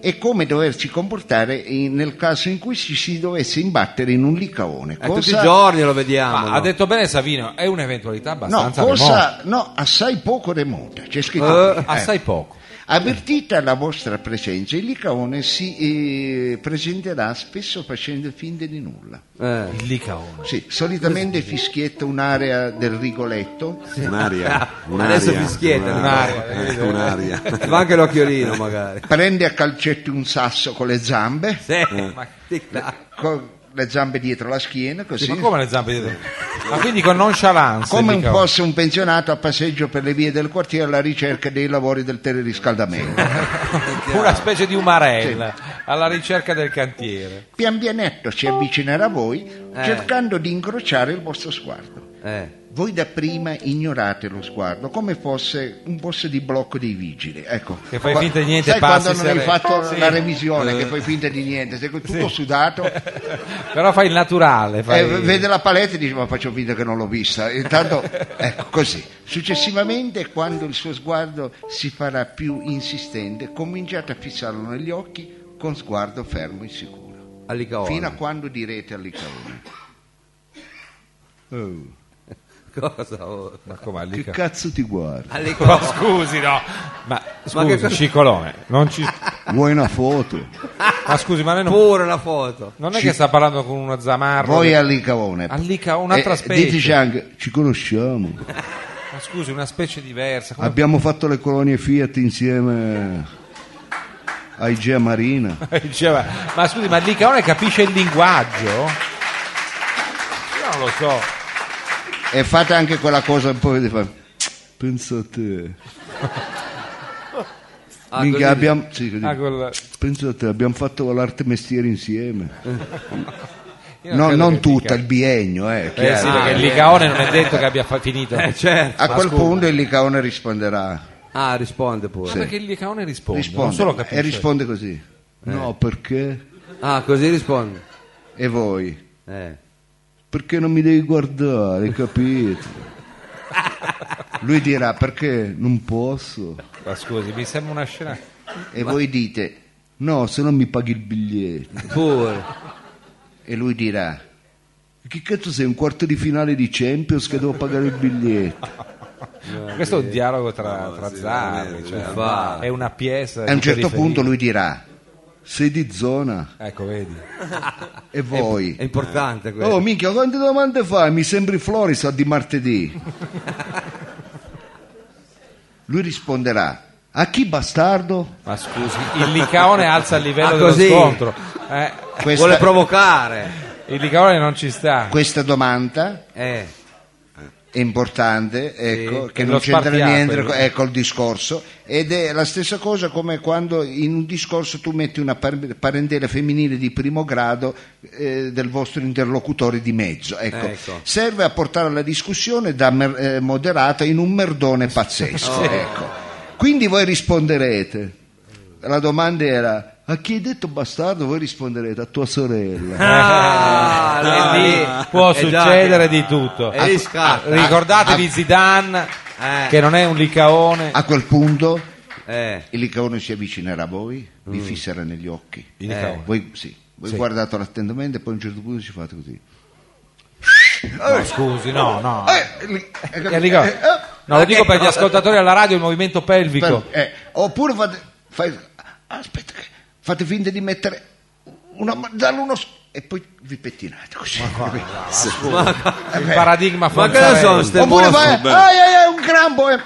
e come doverci comportare in- nel caso in cui ci si dovesse imbattere in un licaone. Eh, tutti i giorni lo vediamo. Ma no? ha detto bene Savino, è un'eventualità no, abbastanza remota. cosa, no, assai poco remota. C'è scritto. qui. Eh, assai Eh. poco. Avvertita la vostra presenza, il licaone si eh, presenterà spesso facendo finta di nulla. Eh. Il licaone. Sì, solitamente fischietta un'area del rigoletto, Un'aria. un'aria Adesso fischietta, Un'aria. eh, Un'aria. Fa anche l'occhiolino magari. prende a calcetti un sasso con le zambe, Eh. Sì, ma tic tac. con le zambe dietro la schiena, così. Ma come le zampe dietro? Ma quindi con nonchalance. come il un licaone. fosse un pensionato a passeggio per le vie del quartiere alla ricerca dei lavori del teleriscaldamento. Una specie di umarella alla ricerca del cantiere. Pian pianetto si avvicinerà a voi Eh. cercando di incrociare il vostro sguardo. Eh. Voi dapprima ignorate lo sguardo come fosse un posto di blocco dei vigili. Ecco. Che fai Qua- finta di niente, Sai passi, quando non se hai re- fatto Sì. Eh. la revisione, che fai finta di niente, sei tutto sudato, Però fai il naturale. Fai... eh, vede la paletta e dice ma faccio finta che non l'ho vista. Intanto, ecco così. Successivamente, quando il suo sguardo si farà più insistente, cominciate a fissarlo negli occhi con sguardo fermo e sicuro. Alicaone. Fino a quando direte all'icone. "Oh, Cosa? oh? Ma come al che licaone? cazzo ti guardi? Ma Alicaone. scusi, no. Ma Ma che scusi, cosa- Ciccolone, non ci... Vuoi una foto? Ma scusi, ma lei non... Pure la foto. non è che sta parlando con uno zamarro? Voi eh, che- al licaone. Al licaone, un'altra specie. Diteci anche, ci conosciamo, Ma scusi, una specie diversa. Come... abbiamo fatto le colonie Fiat insieme a Igea Marina. Diceva, ma scusi, ma il licaone capisce il linguaggio? Io non lo so. E fate anche quella cosa un po' di fa. Pensa a te. Ah, Minchia, così- abbiamo, sì, così. Ah, quel- Pensa a te, abbiamo fatto l'arte mestiere insieme. io No, credo non che tutta, il dica- biennio, eh. Eh chiaro. sì, perché il licaone non è detto che abbia fa- finito. Eh, certo. a quel punto il licaone risponderà. Ah, risponde pure. Ma perché il licaone risponde? Boh, non solo Risponde. capisce. Eh. E risponde così. No, perché? Ah, così risponde. E voi? Eh. Perché non mi devi guardare, capito? Lui dirà perché non posso. Ma scusi, mi sembra una scena. E voi dite no, se non mi paghi il biglietto. Pure. E lui dirà che cazzo sei un quarto di finale di Champions che devo pagare il Eh, biglietto? Questo è un dialogo tra, tra Zarri, cioè, fa. è una pièce. E a un di certo periferia. punto lui dirà sei di zona Ecco, vedi. e Eh, voi? È importante questo. Oh minchia, quante domande fai? Mi sembri Floris a di martedì. Lui risponderà A chi bastardo? Ma scusi, il licaone alza il livello Ah, dello così? scontro. Eh, Questa, Vuole provocare. il licaone non ci sta. questa domanda Eh. è importante, ecco, Sì, che lo non c'entra spartiacque, niente lui. co- eh, col discorso. Ed è la stessa cosa come quando in un discorso tu metti una par- parentela femminile di primo grado eh, del vostro interlocutore di mezzo. Ecco. Ecco. Serve a portare la discussione da mer- eh, moderata in un merdone Oh. pazzesco. ecco. Quindi voi risponderete. La domanda era a chi hai detto bastardo? Voi risponderete a tua sorella. Ah, E lì- lì può eh già. succedere di tutto. E lì scatta. Eh, ah. Ricordatevi Zidane, Eh. che non è un licaone. A quel punto Eh. Il licaone si avvicinerà a voi, vi Mm. fisserà negli occhi. Eh. Il licaone. Voi, sì, voi guardatelo attentamente e poi a un certo punto ci fate così. No, Eh, scusi, no, no. Eh, li- Eh, Ricordo- eh, eh, No, lo dico eh, per gli no, ascoltatori alla radio, il movimento pelvico. per- eh, oppure fate, fai- aspetta, che- fate finta di mettere una ma- darle uno s- e poi vi pettinate così. Il eh, paradigma Ma che ne sono fonzarello. ste oppure mostre? fai, bello. ai, ai, ai, un crampo e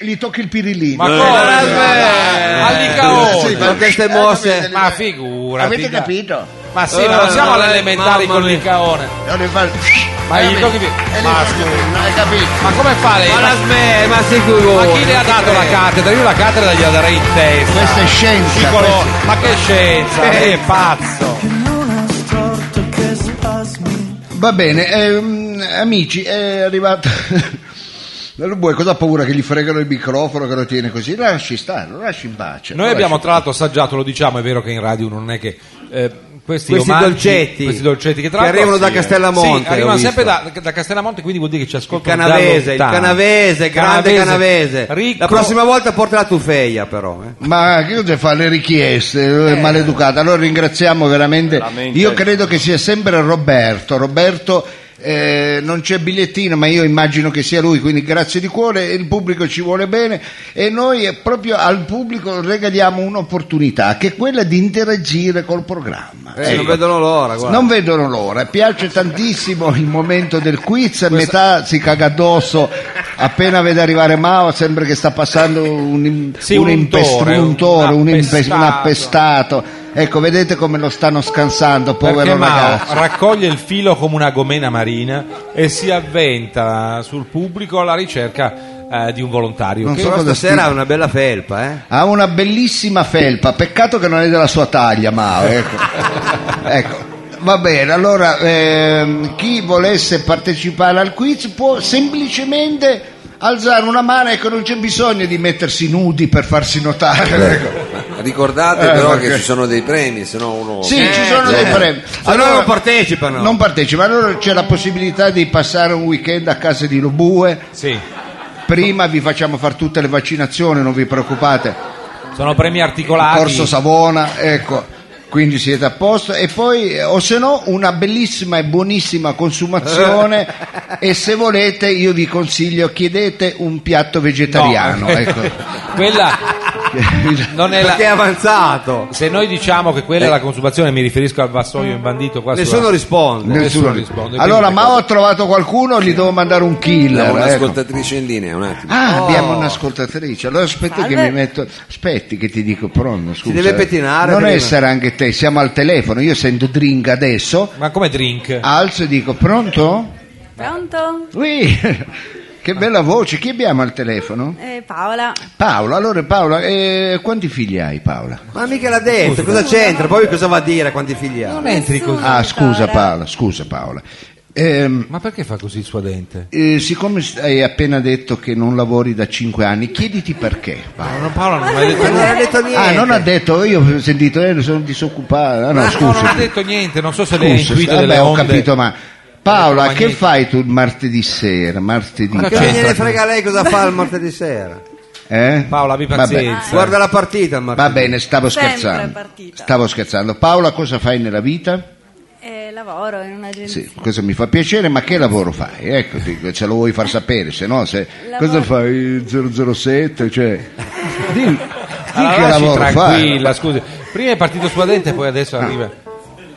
gli tocchi il pirillino. Ma Eh, cosa? Cioè, vabbè. Al licaone. Eh. Sì, ma Eh, queste mosse- Ma figurati, Avete dai. capito? Ma sì, ma non Eh, siamo alle eh, elementari mamma con il mia. licaone. Non le fa- Eh, Ma gli tocchi- E lì- Ma scusi. Non hai capito? Ma come fa lei? Ma la Ma, sme, ma sicuro. ma chi le ha dato la cattedra? Io la cattedra gliela darei in testa. Questa è scienza. Piccolo- questa- Ma che scienza, lei è pazzo. Non ha storto che spasmi Va bene, ehm, amici, è arrivato. Non vuoi, cosa ha paura che gli fregano il microfono, che lo tiene così? Lasci stare, lo lasci in pace. Noi lo abbiamo lasci- tra l'altro assaggiato, lo diciamo, è vero che in radio non è che... eh, questi, Questi omaggi- dolcetti. questi dolcetti che, tra Che l'altro- arrivano da sì, eh. Castellamonte, Sì, arrivano ho sempre da, da Castellamonte quindi vuol dire che ci ascoltano da Canavese, il lontano. canavese, grande canavese. ricco La prossima volta porta la tufeia, però. eh. Ma che cosa fa le richieste? eh, Maleducata. Allora ringraziamo veramente. Io credo che sia sempre Roberto. Roberto. eh, non c'è bigliettino, ma io immagino che sia lui, quindi grazie di cuore, il pubblico ci vuole bene e noi eh, proprio al pubblico regaliamo un'opportunità che è quella di interagire col programma. Eh, Ecco. Non vedono l'ora, guarda. Non vedono l'ora, piace tantissimo il momento del quiz, a metà si caga addosso, appena vede arrivare Mao sembra che sta passando un, Sì, un un impest- untore, un untore, un un impes- appestato. un appestato. Ecco, vedete come lo stanno scansando, Perché povero Mao ragazzo. raccoglie il filo come una gomena marina e si avventa sul pubblico alla ricerca eh, di un volontario. Non Che- so Però cosa stasera stia- è una bella felpa, eh. Ha una bellissima felpa, peccato che non è della sua taglia, Mao. Ecco. Ecco. Va bene, allora ehm, chi volesse partecipare al quiz può semplicemente alzare una mano, ecco non c'è bisogno di mettersi nudi per farsi notare. ecco. Ricordate Eh, però perché- che ci sono dei premi, se no uno... Sì, Eh, ci sono dei premi. Allora non Eh. partecipano. Non partecipa, allora c'è la possibilità di passare un weekend a casa di Lobue. Sì, Prima vi facciamo fare tutte le vaccinazioni, non vi preoccupate. sono premi articolati. Corso Savona, ecco. Quindi siete a posto e poi eh, o se no una bellissima e buonissima consumazione e se volete io vi consiglio chiedete un piatto No, vegetariano, ecco. quella non è la... Perché è avanzato. Se noi diciamo che quella è la consumazione, mi riferisco al vassoio imbandito qua Nessuno sulla- risponde. Nessuno Nessuno risponde, Allora, quindi- ecco. ma ho trovato qualcuno, gli devo mandare un killer. Abbiamo ecco. un'ascoltatrice in linea, un attimo. Ah, Oh. abbiamo un'ascoltatrice. Allora aspetta che mi metto. Aspetti che ti dico pronto. Scusa. eh. deve pettinare Non prima. essere anche te, siamo al telefono. Io sento Dring adesso. Ma come drink? Alzo e dico pronto? Pronto? Ui, che bella voce. Chi abbiamo al telefono? Eh, Paola, Paola, allora Paola, eh, quanti figli hai Paola? Ma mica l'ha detto, cosa c'entra? Poi cosa va a dire quanti figli ha? Non entri nessuno. così. Ah, scusa Paola. Paola, scusa Paola. Ehm, Ma perché fa così il suo dente? eh, siccome hai appena detto che non lavori da 5 anni, chiediti perché. Paola. Ma non- Paolo non ha detto Ma non niente. ha detto niente. Ah, non ha detto, io ho sentito, eh, sono disoccupato. Ah, no, No, scusa. non ha detto niente, non so se lei ha Scusa, intuito vabbè, delle ho onde. capito, ma Paola, che Magneti. fai tu il martedì sera? Martedì Ma Che c'entra? non gliene frega lei cosa fa il martedì sera? eh? Paola, abbi Va bene. pazienza. Guarda la partita il martedì. Va bene, stavo Sempre scherzando. partita. Stavo scherzando. Paola, cosa fai nella vita? eh, lavoro in un'agenzia. Sì, questo mi fa piacere, ma che lavoro fai? Ecco, dico, ce lo vuoi far sapere, se no se Lavoro. cosa fai 007, cioè di, di Allora, che lasci lavoro fai? tranquilla, scusi. Prima è partito suo dente e poi adesso arriva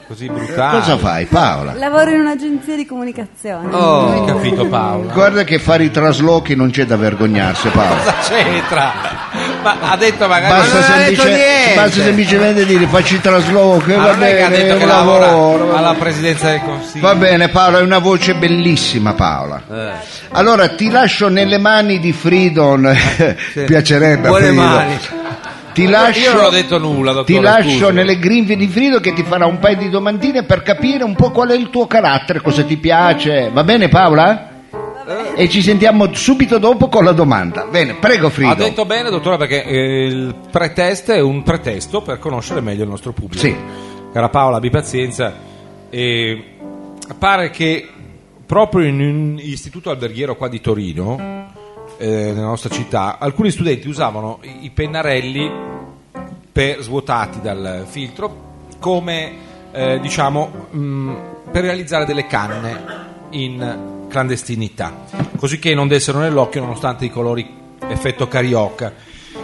così brutale. Ah. Cosa fai, Paola? Lavoro in un'agenzia di comunicazione. Non hai Oh, capito Paola? Guarda che fare i traslochi non c'è da vergognarsi, Paola. Cosa c'entra? ma Eh, ha detto magari Basta, non ha detto semplice- niente. basta semplicemente dire facci il trasloco e Ma va non è che bene, ha detto che un lavora eh, lavoro, va alla bene. presidenza del consiglio Va bene Paola, è una voce bellissima Paola. Eh. Allora ti lascio nelle mani di Fridon, piacerebbe a Buone Fridon. mani. Ti io non ho lascio, detto nulla dottore, ti lascio scusi. eh. nelle grinfie di Frido che ti farà un paio di domandine per capire un po' qual è il tuo carattere, cosa ti piace. Va bene Paola? E ci sentiamo subito dopo con la domanda. Bene, prego Frido. Eh. ha detto bene dottore perché eh, il pretesto è un pretesto per conoscere meglio il nostro pubblico Sì. cara Paola abbi pazienza e pare che proprio in un istituto alberghiero qua di Torino eh, nella nostra città alcuni studenti usavano i i pennarelli per- svuotati dal filtro come eh, diciamo mh, per realizzare delle canne in clandestinità così che non dessero nell'occhio nonostante i colori effetto carioca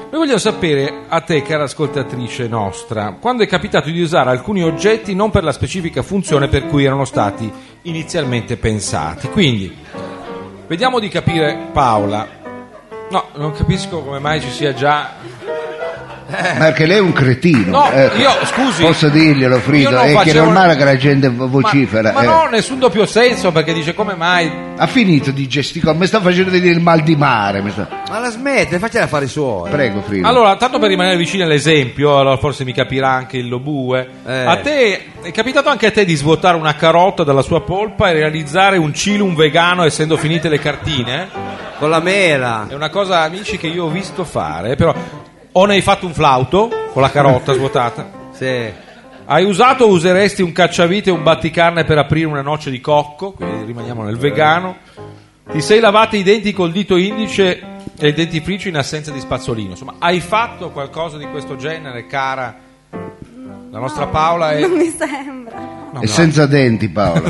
noi vogliamo sapere a te cara ascoltatrice nostra quando è capitato di usare alcuni oggetti non per la specifica funzione per cui erano stati inizialmente pensati quindi vediamo di capire Paola no non capisco come mai ci sia già Ma perché lei è un cretino. No, ecco. io, scusi. Posso dirglielo, Io Frido? non È che è facevo- normale che la gente vocifera. Ma, eh. ma no, nessun doppio senso perché dice come mai. Ha finito di gesticolare, mi sta facendo venire il mal di mare. mi sta- Ma la smette, facela fare i suoi. Prego, Frido. Allora, tanto per rimanere vicino all'esempio, allora forse mi capirà anche il Lobue. Eh. A te è capitato anche a te di svuotare una carota dalla sua polpa e realizzare un cilum vegano essendo finite le cartine? Con la mela. È una cosa, amici, che io ho visto fare, però o ne hai fatto un flauto con la carota svuotata? Sì. Hai usato o useresti un cacciavite e un batticarne per aprire una noce di cocco? Quindi rimaniamo nel vegano. Ti sei lavato i denti col dito indice e il dentifricio in assenza di spazzolino. Insomma, hai fatto qualcosa di questo genere, cara? La nostra Paola è. Non mi sembra. No, E no, senza denti, Paola.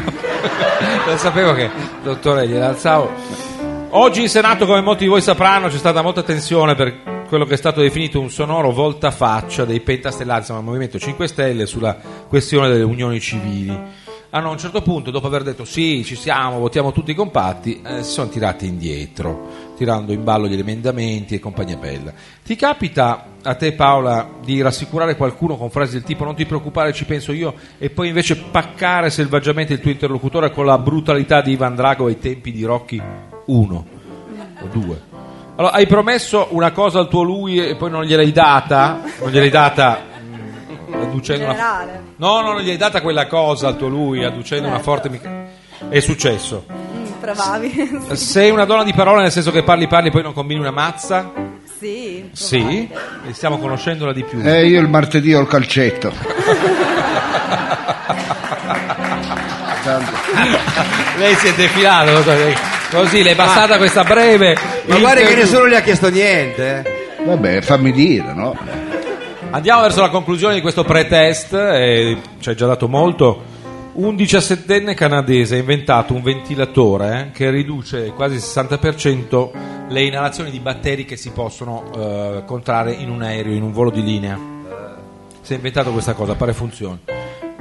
lo sapevo che, dottore, gliela alzavo. Oggi in Senato, come molti di voi sapranno, c'è stata molta tensione per quello che è stato definito un sonoro voltafaccia dei pentastellari, insomma, il Movimento 5 Stelle, sulla questione delle unioni civili. Hanno a un certo punto, dopo aver detto sì, ci siamo, votiamo tutti compatti, eh, si sono tirati indietro, tirando in ballo gli emendamenti e compagnia bella. Ti capita a te Paola di rassicurare qualcuno con frasi del tipo non ti preoccupare ci penso io e poi invece paccare selvaggiamente il tuo interlocutore con la brutalità di Ivan Drago ai tempi di Rocky 1 o 2 allora hai promesso una cosa al tuo lui e poi non gliel'hai data non gliel'hai data mm, adducendo una- Generale. no no non gliel'hai data quella cosa al tuo lui adducendo una forte mica- è successo Mm, probabile. sei una donna di parole nel senso che parli parli e poi non combini una mazza sì. sì probabile. e stiamo conoscendola di più Eh, io il martedì ho il calcetto. Tanto- Lei si è defilato, lo so, lei- così le è passata questa breve. Ah. Ma Il- guarda che nessuno gli ha chiesto niente. eh. Vabbè, fammi dire, no? Andiamo verso la conclusione di questo pretest, eh, ci hai già dato molto. Un 17enne canadese ha inventato un ventilatore eh, che riduce quasi il 60% le inalazioni di batteri che si possono eh, contrarre in un aereo, in un volo di linea. Si è inventato questa cosa, pare funzioni.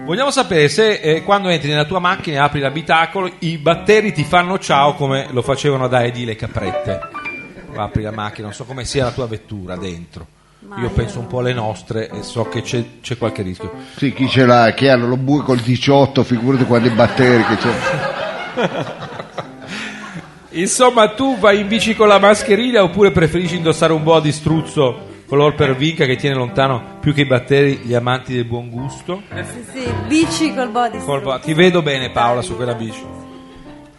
Vogliamo sapere se eh, quando entri nella tua macchina e apri l'abitacolo i batteri ti fanno ciao come lo facevano ad Aedi le caprette. Apri la macchina, non so come sia la tua vettura dentro. Ma io io penso no. un po' alle nostre e so che c'è, c'è qualche rischio. Sì, chi ce l'ha? Chi ha lo bue col 18, figurati quanti batteri che c'è. Insomma, tu vai in bici con la mascherina oppure preferisci indossare un boa di struzzo color Eh. per vinca che tiene lontano più che i batteri gli amanti del buon gusto? Sì, sì, bici col body. Col strap. ba- ti vedo bene Paola su quella bici.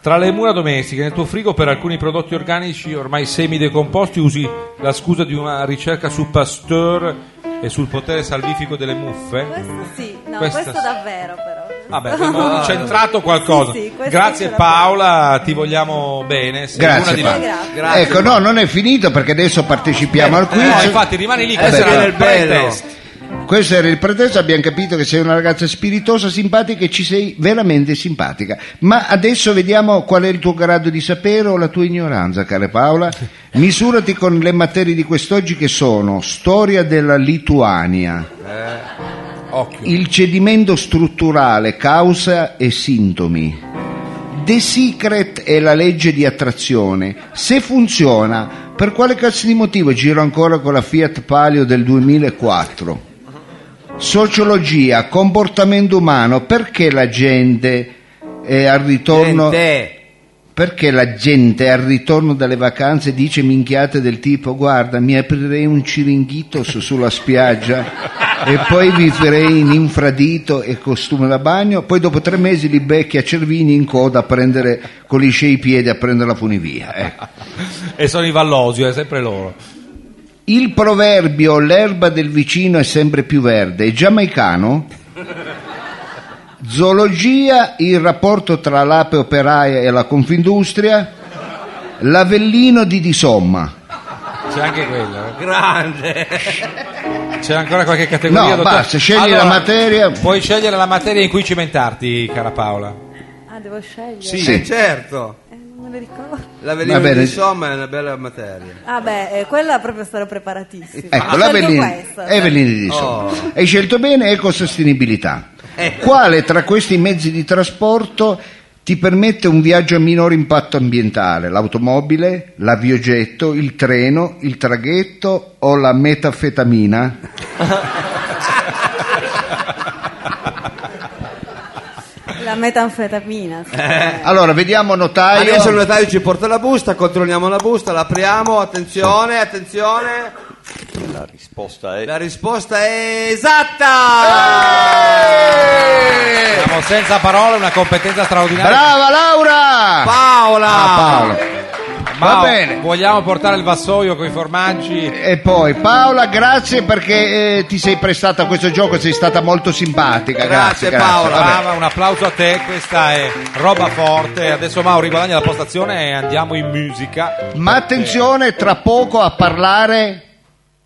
Tra le mura domestiche, nel tuo frigo per alcuni prodotti organici ormai semidecomposti usi la scusa di una ricerca su Pasteur e sul potere salvifico delle muffe? Questo sì, no, Questa questo sì. davvero però. Vabbè, abbiamo centrato qualcosa. Sì, sì, questo Grazie ce la Paola, ti vogliamo bene. sei una Grazie, di Paola. noi. Grazie. Grazie. Ecco, no, non è finito perché adesso partecipiamo al quiz. Eh, No, infatti rimani lì, Eh, questo beh, era beh, il bello. pretest. Questo era il pretesto, abbiamo capito che sei una ragazza spiritosa, simpatica e ci sei veramente simpatica. Ma adesso vediamo qual è il tuo grado di sapere o la tua ignoranza, cara Paola. Misurati con le materie di quest'oggi che sono storia della Lituania, Occhio. il cedimento strutturale, causa e sintomi. The Secret è la legge di attrazione. Se funziona, Per quale cazzo di motivo giro ancora con la Fiat Palio del 2004? Sociologia, comportamento umano, perché la gente eh, al ritorno... Gente, Perché la gente al ritorno dalle vacanze dice minchiate del tipo guarda mi aprirei un ciringhito su- sulla spiaggia e poi vi farei in infradito e costume da bagno, poi dopo tre mesi li becchi a Cervini in coda a prendere con lisce i piedi a prendere la funivia. ecco. E sono i Vallosio, è sempre loro. Il proverbio l'erba del vicino è sempre più verde è giamaicano? Zoologia, il rapporto tra l'ape operaia e la confindustria? L'avellino di Disomma. C'è anche quello. eh. grande. C'è ancora qualche categoria? No, dottor? basta, scegli la materia. Puoi scegliere la materia in cui cimentarti, cara Paola. Ah, devo scegliere? Sì. Eh, certo. Eh, non me lo ricordo. L'avellino Va bene. di Somma è una bella materia. Ah beh, eh, quella proprio sarò preparatissima. Ecco, Scelgo l'avellino, questa. cioè, Evelyn di Disomma. Hai scelto bene ecosostenibilità. Oh. Eh. Quale tra questi mezzi di trasporto ti permette un viaggio a minor impatto ambientale? L'automobile, l'aviogetto, il treno, il traghetto o la metafetamina? La metanfetamina. sì. Allora, vediamo notaio. Eh. Adesso il notaio ci porta la busta, controlliamo la busta, l'apriamo, attenzione, attenzione. La risposta è La risposta è esatta! Eh! Siamo senza parole, una competenza straordinaria. Brava Laura! Paola! Paolo. Va Mao, bene. Eh, Vogliamo portare il vassoio con i formaggi? E poi Paola, grazie perché eh, ti sei prestata a questo gioco, sei stata molto simpatica. Grazie, Grazie, Paola. grazie. Vabbè. Brava, un applauso a te, questa è roba forte. Adesso Mauro riguadagna la postazione e andiamo in musica. Ma attenzione, tra poco a parlare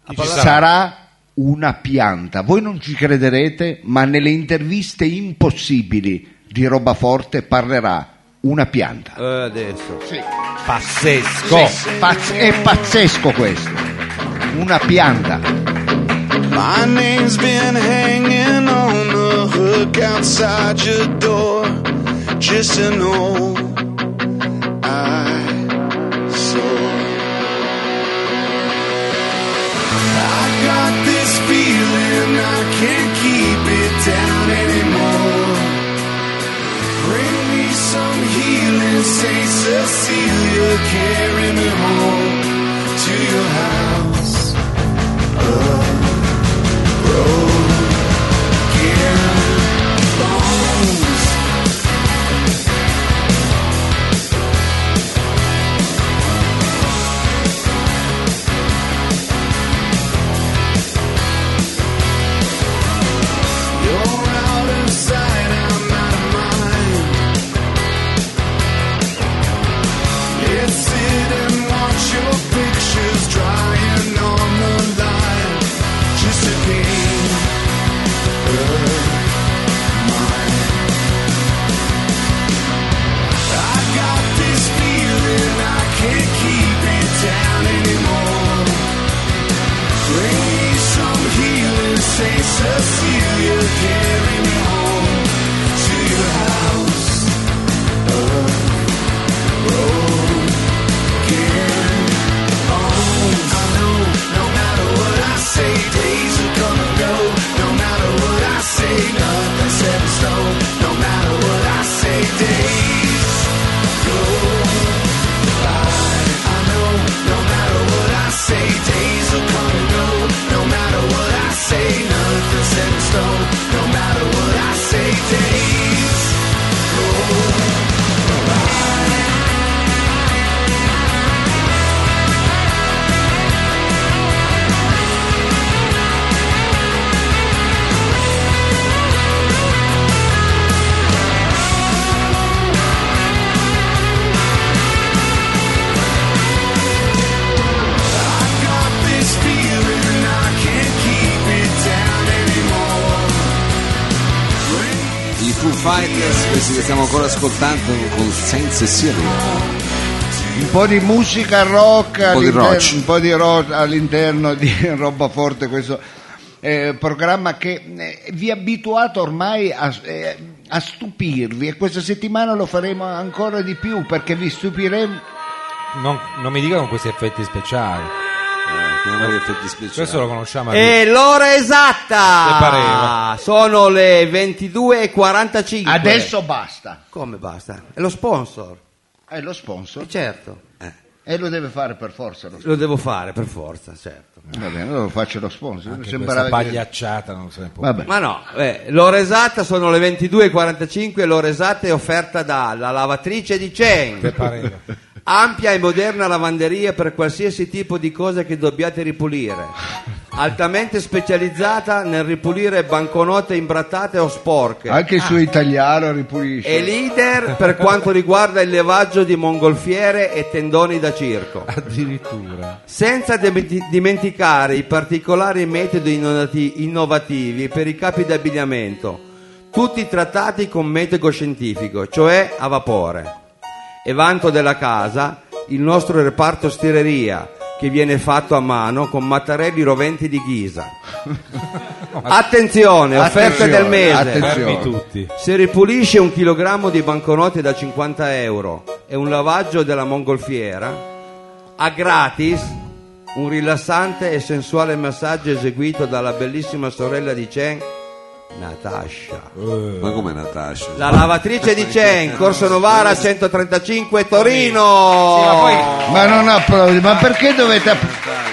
eh, Chi ci sarà? sarà una pianta. Voi non ci crederete, ma nelle interviste impossibili di roba forte parlerà una pianta. Eh, adesso. Pazzesco. Pazz- è pazzesco questo. Una pianta. My name's been hanging on the hook outside your door, just to know I saw. I got this feeling I can't keep it down anymore. Bring me some healing, Saint Cecilia, carry me home to your house. Cecilia, carry me home to your house. This feeling I can't keep it down anymore. I Foo Fighters, questi che stiamo ancora ascoltando con Senza Sirio. Un po' di musica rock, po' di all'interno- rock. un po' di rock all'interno di roba forte questo eh, programma che eh, vi ha abituato ormai a, eh, a stupirvi e questa settimana lo faremo ancora di più perché vi stupiremo non, non mi dica con questi effetti speciali. Chiamiamoli effetti speciali. Questo lo Eh, conosciamo. a E l'ora esatta! Che pareva. Sono le 22.45. Adesso basta. Come basta? È lo sponsor. È lo sponsor Eh, certo. e lo deve fare per forza. Lo sponsor. Lo devo fare per forza, certo. Va bene, allora lo faccio lo sponsor. Mi Anche sembrava questa che- pagliacciata non se ne può. Vabbè. Ma no, eh, l'ora esatta sono le 22.45 e l'ora esatta è offerta dalla lavatrice di Che Cheng. pareva. Ampia e moderna lavanderia per qualsiasi tipo di cosa che dobbiate ripulire. Altamente specializzata nel ripulire banconote imbrattate o sporche. Anche il suo italiano ripulisce. È leader per quanto riguarda il levaggio di mongolfiere e tendoni da circo. Addirittura. Senza de- dimenticare i particolari metodi innovati- innovativi per i capi d'abbigliamento, tutti trattati con metodo scientifico, cioè a vapore. E vanto della casa il nostro reparto stireria, che viene fatto a mano con mattarelli roventi di ghisa. Attenzione, offerte Attenzione, del mese. attenzione. Fermi tutti. Se ripulisce un chilogrammo di banconote da 50 euro e un lavaggio della mongolfiera, a gratis un rilassante e sensuale massaggio eseguito dalla bellissima sorella di Chen, Natasha. Ma come Natasha? La lavatrice di Chen, Corso Novara 135 Torino. Sì, ma poi- Ma non applaudi, ma perché dovete app-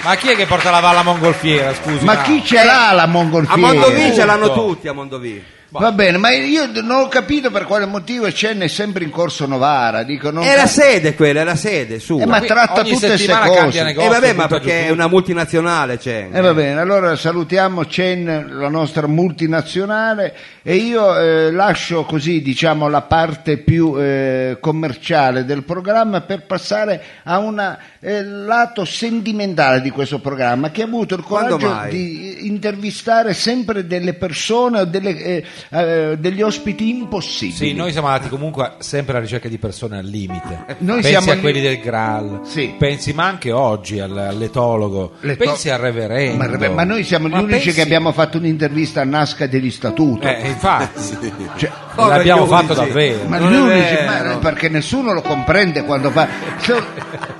Ma chi è che porta la valla mongolfiera? Scusi. Ma no. chi ce l'ha la A mongolfiera? Mondovì ce l'hanno Tutto. tutti a Mondovì. Va bene, ma io non ho capito per quale motivo Cenne è sempre in corso Novara. Dico, non È la sede quella, è la sede, su. Eh, ma E Qui tratta ogni tutte queste settimana cose. Eh, cambia negozio. vabbè, ma butta giù perché è tutto. Eh, una multinazionale Chen. E Eh, va bene, allora salutiamo Chen, la nostra multinazionale, e io eh, lascio così diciamo, la parte più eh, commerciale del programma per passare a un lato sentimentale di questo programma che ha avuto il Quando coraggio mai? di intervistare sempre delle persone o delle, eh, eh, degli ospiti impossibili. Sì, noi siamo andati comunque sempre alla ricerca di persone al limite. Eh, Noi pensi siamo a lì- quelli del Graal, Sì. pensi ma anche oggi al- all'etologo, L'eto- pensi al reverendo. Ma, ma noi siamo gli Ma unici pensi- che abbiamo fatto un'intervista a Nasca degli Statuto. Eh, infatti, Cioè, Poveri l'abbiamo giovani, fatto sì. davvero. Ma Non gli è unici, vero. ma- perché nessuno lo comprende quando fa. So-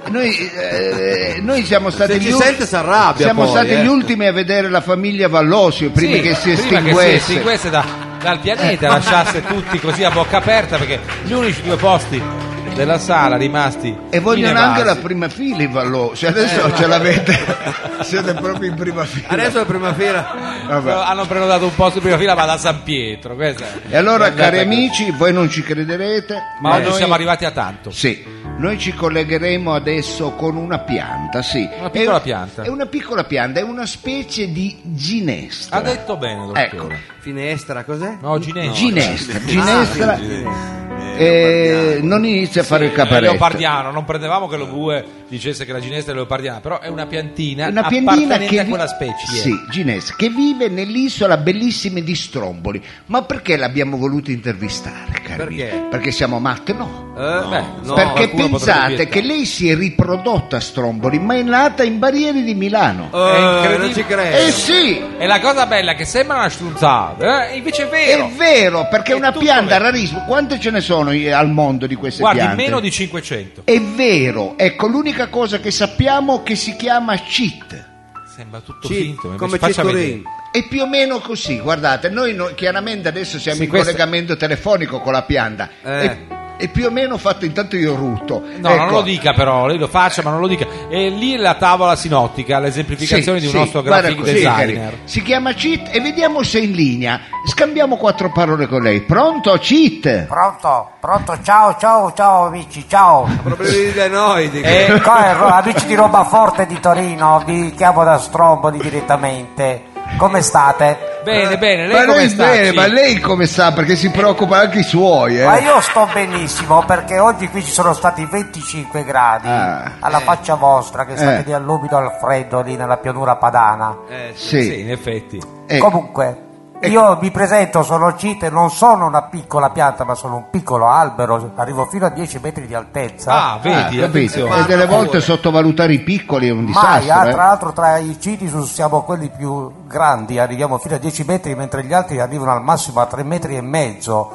noi, eh, noi siamo stati Se gli ci ul- sente s'arrabbia Siamo poi, stati eh. gli ultimi a vedere la famiglia Vallosio prima Sì, che si prima che estinguesse. Eh, si estinguesse da- dal pianeta, lasciasse tutti così a bocca aperta perché gli unici due posti della sala rimasti E vogliono inevasi. anche la prima fila in Vallosio. cioè Adesso ce l'avete, siete proprio in prima fila. Adesso è prima fila. Vabbè. Hanno prenotato un posto in prima fila, ma da San Pietro. questa è- E allora, è andata cari così. amici, voi non ci crederete, Eh, ma oggi noi- Eh, siamo arrivati a tanto. Sì, noi ci collegheremo adesso con una pianta, sì. Una piccola È- pianta. È una piccola pianta, è una specie di ginestra. Ha detto bene, dottore. Ecco, Finestra, cos'è? No, Ah, Ginevra. ginestra, ginestra. eh, non inizia a fare il È cabaretto. Eh, leopardiano, non prendevamo che lo bue dicesse che la ginestra è leopardiana, però è una piantina Una piandina appartenente che a vi- quella specie. Eh, Sì, ginestra, che vive nell'isola bellissima di Stromboli. Ma perché l'abbiamo voluto intervistare, cari amici? Perché? Perché siamo matte? No. Eh, No. beh, no, perché qualcuno potrebbe pensate vietare. che lei si è riprodotta a Stromboli, ma è nata in Barriere di Milano. Eh, È incredibile. non ci credo. Eh sì, E la cosa bella è che sembra una strunzata, eh, invece è vero. È vero, perché è È una tutto pianta vero. rarissima. Quante ce ne sono i- al mondo di queste Guardi, piante? meno di 500. È vero, ecco, l'unica cosa che sappiamo è che si chiama cheat. Sembra tutto Ci- finto. ma come faccia vedere. Cittorin. È più o meno così, guardate, noi no- chiaramente adesso siamo Sì, in questo- collegamento telefonico con la pianta. Eh. È, è più o meno fatto, intanto io ruto. No, Ecco, non lo dica però, lei lo faccia, ma non lo dica. E lì la tavola sinottica, l'esemplificazione sì, di un sì, nostro guarda graphic così, designer. cari. Si chiama cheat e vediamo se è in linea. Scambiamo quattro parole con lei. Pronto, cheat? Pronto, pronto, ciao, ciao, ciao amici, ciao. Problemi di glenoidi. Eh. E- Qua è Ro- amici di Roma Forte di Torino, vi chiamo da Stromboli direttamente. Come state? bene, bene, lei ma come lei sta? bene, Ci- ma lei come sta? Perché si preoccupa anche i suoi, eh? Ma io sto benissimo perché oggi qui ci sono stati 25 gradi Ah. alla faccia vostra che state Eh. lì all'umido al freddo lì nella pianura padana. Eh, Sì. Sì, in effetti. Eh, Comunque, io mi presento, sono Cite, non sono una piccola pianta ma sono un piccolo albero, arrivo fino a 10 metri di altezza. Ah, ah, vedi, capito. attenzione. E delle volte sottovalutare i piccoli è un Mai, disastro. ah, eh. tra l'altro tra i Citus siamo quelli più grandi, arriviamo fino a 10 metri mentre gli altri arrivano al massimo a 3 metri e mezzo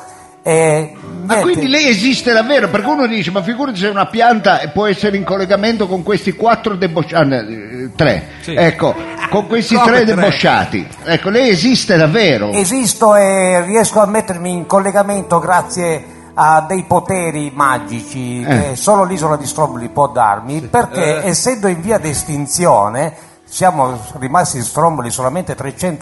E, Ma niente. quindi lei esiste davvero? Perché uno dice, ma figurati se una pianta e può essere in collegamento con questi quattro debosciati, ah, eh, tre, Sì. ecco, con questi Come tre tre? debosciati. Ecco, lei esiste davvero? Esisto e riesco a mettermi in collegamento grazie a dei poteri magici Eh. che solo l'isola di Stromoli può darmi, perché essendo in via di estinzione, siamo rimasti in Stromboli solamente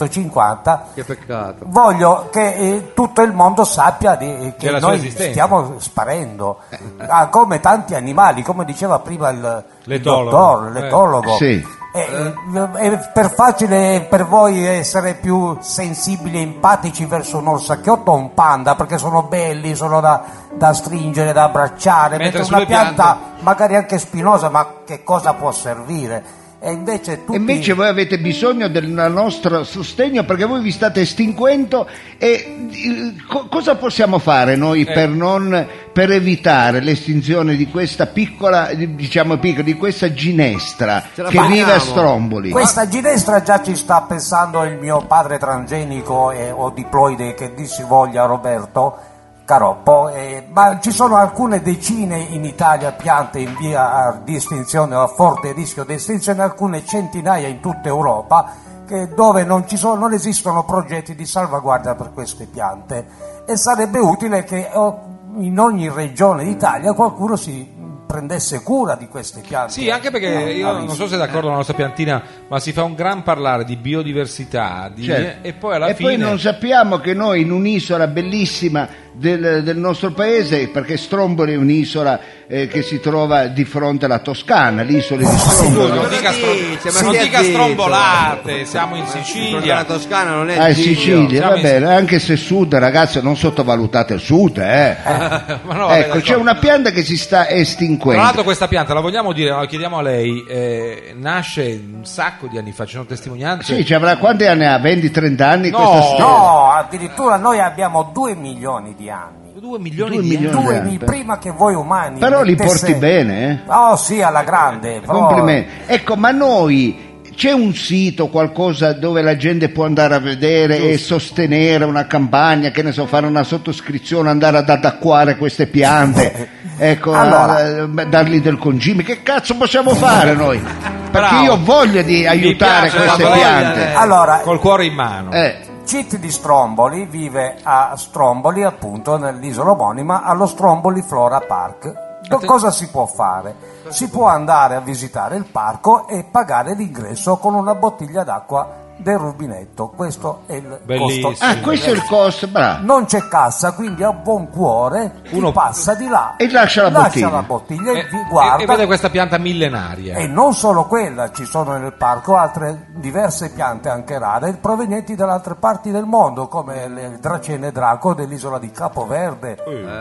350, Che peccato. Certo. voglio che eh, tutto il mondo sappia di- eh, che Della sua noi esistenza. Eh. stiamo sparendo, Ah, come tanti animali, come diceva prima il, il L'etologo. dottor, Eh. l'etologo. Sì. Eh, eh, è per facile per voi essere più sensibili e empatici verso un orsacchiotto o un panda perché sono belli, sono da, da stringere, da abbracciare, Mentre mentre, sulle una pianta piante- magari anche spinosa, ma che cosa può servire? E invece tutti E invece voi avete bisogno del nostro sostegno perché voi vi state estinguendo e eh, co- cosa possiamo fare noi per, non, per evitare l'estinzione di questa piccola, eh, diciamo piccola, di questa ginestra Ce la che facciamo. vive a Stromboli? Questa ginestra già ci sta pensando il mio padre transgenico eh, o diploide che dir si voglia Roberto Caroppo, eh, ma ci sono alcune decine in Italia piante in via di estinzione o a forte rischio di estinzione, alcune centinaia in tutta Europa che- dove non, ci sono, non esistono progetti di salvaguardia per queste piante e sarebbe utile che oh, in ogni regione d'Italia qualcuno si prendesse cura di queste piante. Eh, Sì, anche perché Ah, No, io ha non visto. so se è d'accordo con la nostra piantina, ma si fa un gran parlare di biodiversità di- Certo. e poi alla E fine poi non sappiamo che noi in un'isola bellissima del, del nostro paese, perché Stromboli è un'isola eh, che si trova di fronte alla Toscana, l'isola di Scusa, Stromboli. non dica, stro- dice? Ma non chi ha dica detto? strombolate, siamo in Sicilia. La Toscana non è Ah, è Giglio. Sicilia, Eh, Siamo va in- bene, anche se sud, ragazzi, non sottovalutate il sud, eh. Ma no, vabbè, ecco, c'è d'accordo. una pianta che si sta Tra estinguendo. l'altro questa pianta, la vogliamo dire, la chiediamo a lei, eh, nasce un sacco di anni fa, ci sono testimonianze. Sì, ci avrà quanti anni ha? 20-30 anni No, questa storia? No, addirittura noi abbiamo 2 milioni di anni. 2 milioni Due di milioni. anni. Due anni, mi- beh. prima che voi umani. Però li mettesse- porti bene, Oh sì, alla grande. eh. però- Complimenti. Ecco, ma noi c'è un sito, qualcosa dove la gente può andare a vedere e sostenere una campagna, che ne so, fare una sottoscrizione, andare ad attacquare queste piante. Ecco, Allora. eh, dargli del concime. Che cazzo possiamo fare noi? Perché Bravo. io ho voglia di aiutare piace la queste voglia, piante. eh. Allora, Col cuore in mano. Eh. Citti di Stromboli vive a Stromboli, appunto, nell'isola omonima, allo Stromboli Flora Park. Do- cosa si può fare? Si può andare a visitare il parco e pagare l'ingresso con una bottiglia d'acqua del rubinetto. Questo è il Bellissimo. costo. Ah, questo eh. è il costo, bravo. Non c'è cassa, quindi a buon cuore chi Uno- passa di là E lascia la bottiglia. bottiglia e, Eh, E, vi e- e guarda. vede questa pianta millenaria. E non solo quella, ci sono nel parco altre diverse piante anche rare provenienti da altre parti del mondo, come le dracene draco dell'isola di Capoverde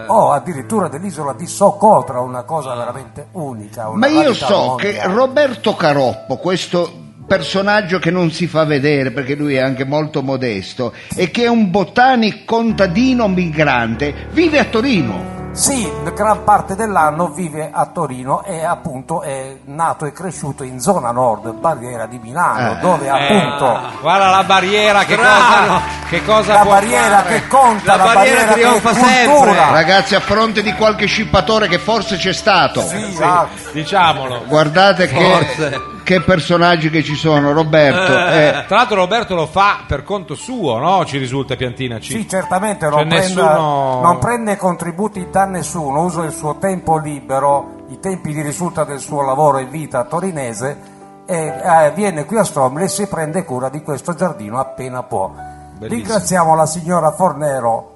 o addirittura dell'isola di Socotra, una cosa veramente unica. una Ma io rarità so mondiale. che Roberto Caroppo, questo personaggio che non si fa vedere perché lui è anche molto modesto e che è un botanico contadino migrante, vive a Torino. Sì, gran parte dell'anno vive a Torino e appunto è nato e cresciuto in zona nord, barriera di Milano, Eh. dove appunto... Ah, guarda la barriera che cosa, che cosa La può barriera fare. che conta, La la, barriera barriera, trionfa che cultura. Ragazzi, a fronte di qualche scippatore che forse c'è stato. Sì, ah, Diciamolo. Guardate che, Forse. che personaggi che ci sono, Roberto. eh. Tra l'altro Roberto lo fa per conto suo, no? Ci risulta Piantina C. Sì, certamente Cioè, non, prende, nessuno- non prende contributi da nessuno, usa il suo tempo libero, i tempi di risulta del suo lavoro e vita torinese e eh, viene qui a Stromboli e si prende cura di questo giardino appena può. Ringraziamo la signora Fornero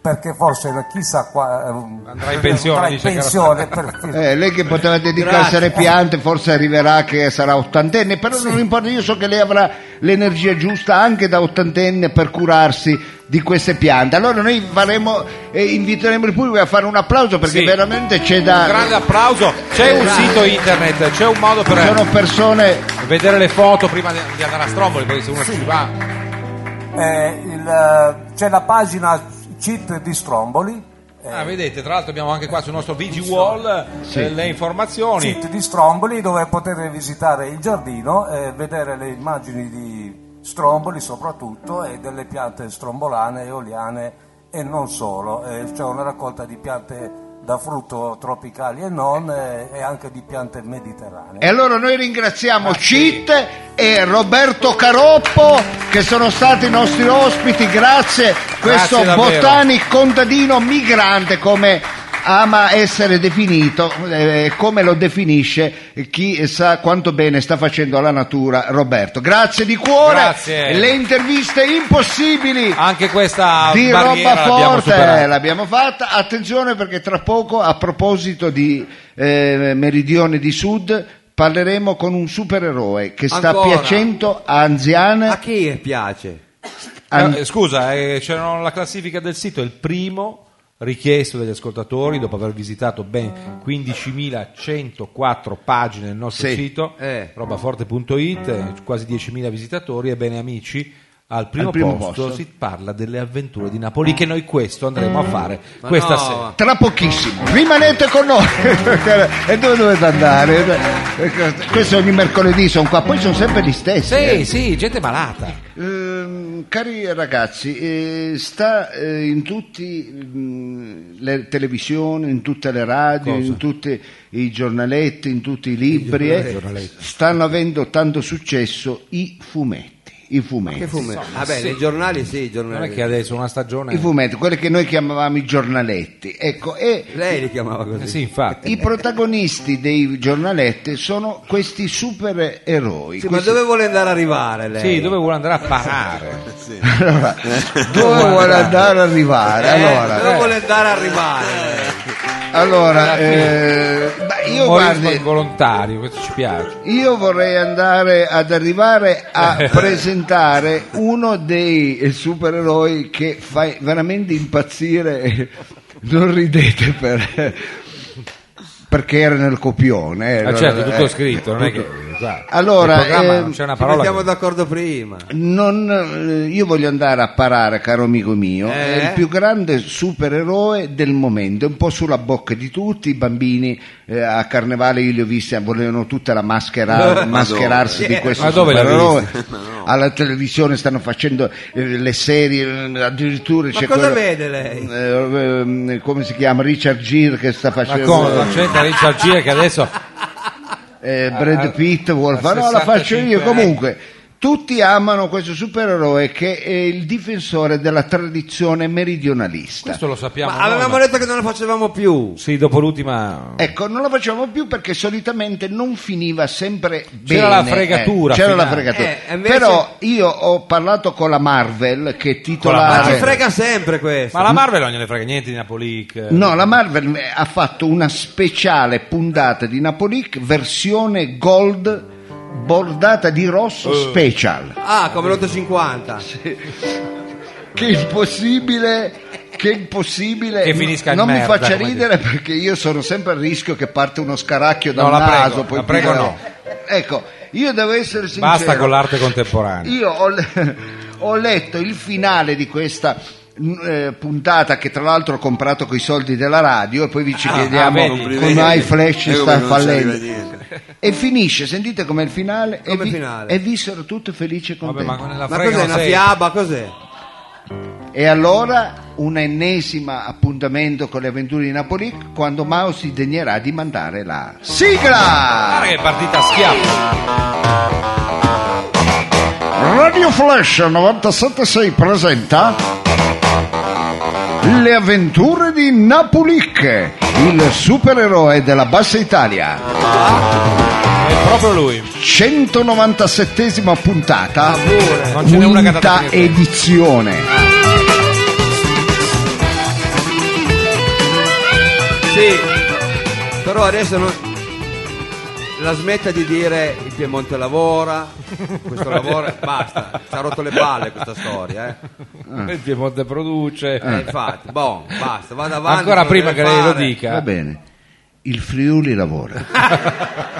perché forse chissà qua eh, Andrà in pensione, andrà in dice pensione per- Eh, lei che poteva dedicarsi alle piante, forse arriverà che sarà ottantenne, però non importa, io so che lei avrà l'energia giusta anche da ottantenne per curarsi di queste piante. Allora noi faremo, eh, inviteremo il pubblico a fare un applauso perché Sì. veramente c'è Un grande da... applauso. C'è un sito internet, c'è un modo per Sono persone vedere le foto prima di di andare a Stromboli, perché se uno ci va. Eh, il, eh, c'è la pagina CIT di Stromboli. Ah, vedete, tra l'altro abbiamo anche qua sul nostro VG Wall eh, le informazioni. sito di Stromboli dove poter visitare il giardino e vedere le immagini di Stromboli soprattutto e delle piante strombolane, eoliane e non solo, eh, c'è una raccolta di piante da frutto tropicali e non eh, e anche di piante mediterranee. E allora noi ringraziamo Ah, Cit e Roberto Caroppo che sono stati i nostri ospiti, grazie, questo davvero. botanico contadino migrante come ama essere definito, eh, come lo definisce chi sa quanto bene sta facendo alla natura Roberto. Grazie di cuore, Grazie. le interviste impossibili Anche questa di roba barriera l'abbiamo forte eh, superata. l'abbiamo fatta attenzione perché tra poco a proposito di eh, meridione di sud parleremo con un supereroe che sta Ancora? piacendo a anziane A chi piace? an- Eh, eh, scusa, eh, c'era la classifica del sito, è il primo richiesto dagli ascoltatori dopo aver visitato ben 15.104 pagine del nostro Sì, sito, eh. robaforte.it, eh, quasi 10.000 visitatori, ebbene amici, al primo, Al primo posto, posto. si parla delle avventure di Napoli, che noi questo andremo a fare Ma questa no, sera. tra pochissimo rimanete con noi e dove dovete andare Eh, questo ogni mercoledì sono qua poi sono sempre gli stessi eh. Sì, sì, gente malata. Ehm, cari ragazzi, eh, sta eh, in tutte le televisioni, in tutte le radio, in tutti i giornaletti, in tutti i libri, eh, stanno avendo tanto successo i fumetti. I fumetti. Che fumetti? Vabbè, Ah, nei giornali sì, i Non è giornali. che adesso una stagione... I fumetti, quelli che noi chiamavamo i giornaletti. Ecco, e Lei li chiamava così. Eh sì, infatti. i protagonisti dei giornaletti sono questi supereroi. Sì, ma questi- dove vuole andare a arrivare lei? Sì, dove vuole andare a parare? Allora, dove vuole andare ad arrivare? Eh, Allora, dove vuole andare a arrivare? Eh, lei? Allora, eh, ma io, Umorismo guardi, involontario, questo ci piace. io vorrei andare ad arrivare a presentare uno dei eh, supereroi che fa veramente impazzire. Non ridete per- perché era nel copione. eh, Ah, allora, certo, tutto eh. scritto, non è che... guarda, Allora, nel programma ehm, non c'è una Ci parola... mettiamo che- d'accordo prima. Non, eh, io voglio andare a parare, caro amico mio, Eh? è il più grande supereroe del momento, è un po' sulla bocca di tutti, i bambini eh, a carnevale io li ho visti, volevano tutta la maschera, mascherarsi di questo Ma dove l'ha supereroe, alla televisione stanno facendo eh, le serie, eh, addirittura Ma c'è cosa quello- vede lei? Eh, ehm, come si chiama? Richard Gere che sta Ma Cioè, facendo... come? Non c'entra Richard Gere che adesso... Eh, Brad Ah, Pitt vuole a fare, no, la faccio io 65 comunque. Tutti amano questo supereroe che è il difensore della tradizione meridionalista. Questo lo sappiamo. Ma noi, avevamo ma- detto che non la facevamo più. Sì, dopo l'ultima... Ecco, non lo facciamo più perché solitamente non finiva sempre bene. C'era la fregatura eh, c'era la finale. fregatura. Eh, invece- Però io ho parlato con la Marvel che titolava... Ma ci frega sempre questo. Ma la Marvel non gliene frega niente di Napoli. che- No, la Marvel eh, ha fatto una speciale puntata di Napolic versione gold bordata di rosso Oh. special. Ah, come l'850. che impossibile che impossibile Che finisca in non merda, mi faccia come ridere perché io sono sempre a rischio che parte uno scaracchio dal No, la prego, naso poi la prego tira- no. ecco io devo essere sincero Basta con l'arte contemporanea. io ho, le- ho letto il finale di questa mh, eh, puntata che tra l'altro ho comprato con i soldi della radio e poi Ah, vi ci chiediamo vedi, vedi. come i flash Ecco sta perché non ci arriva fallendo e finisce sentite com'è il finale e, Com'è il finale? e vissero tutti felici e Vabbè, contenti ma nella Ma frega cos'è non una sei. fiaba? Cos'è? E allora un ennesima appuntamento con le avventure di Napoli quando Mao si degnerà di mandare la Guarda sigla! che partita a schiaffo. Radio Flash 976 presenta Le avventure di Napoli, il supereroe della Bassa Italia. È proprio lui. 197esima puntata, Ah, Non ce n'è una che ha dato quinta finire. edizione. Sì. Però adesso non... La smetta di dire il Piemonte lavora, questo lavora, basta, ci ha rotto le palle questa storia, eh. Il Piemonte produce. Eh, infatti, bon, basta, vado avanti. Ancora cosa prima deve che lei lo fare? dica. Va bene, il Friuli lavora,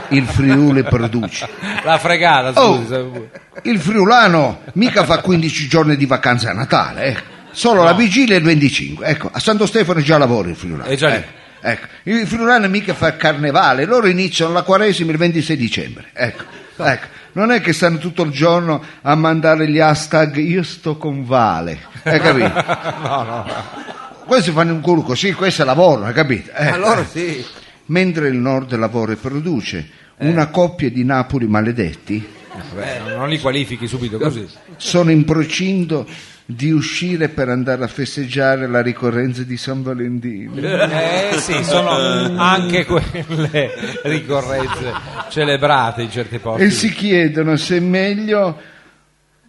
il Friuli produce. La fregata, Oh, scusi. se- il friulano mica fa 15 giorni di vacanza a Natale, eh. solo la vigilia e il 25. Ecco, a Santo Stefano già lavora il friulano. È già lì. eh. Ecco, il friulano mica fa carnevale, loro iniziano la quaresima il 26 dicembre. Ecco. Ecco, non è che stanno tutto il giorno a mandare gli hashtag io sto con Vale, hai capito? Questi fanno un culo così, questo è lavoro, hai capito? Eh. Allora sì. Mentre il nord lavora e produce, Eh. una coppia di Napoli maledetti Vabbè, eh, non- non li qualifichi subito così. sono in procinto di uscire per andare a festeggiare la ricorrenza di San Valentino. Eh sì, sono anche quelle ricorrenze celebrate in certi E posti. si chiedono se è meglio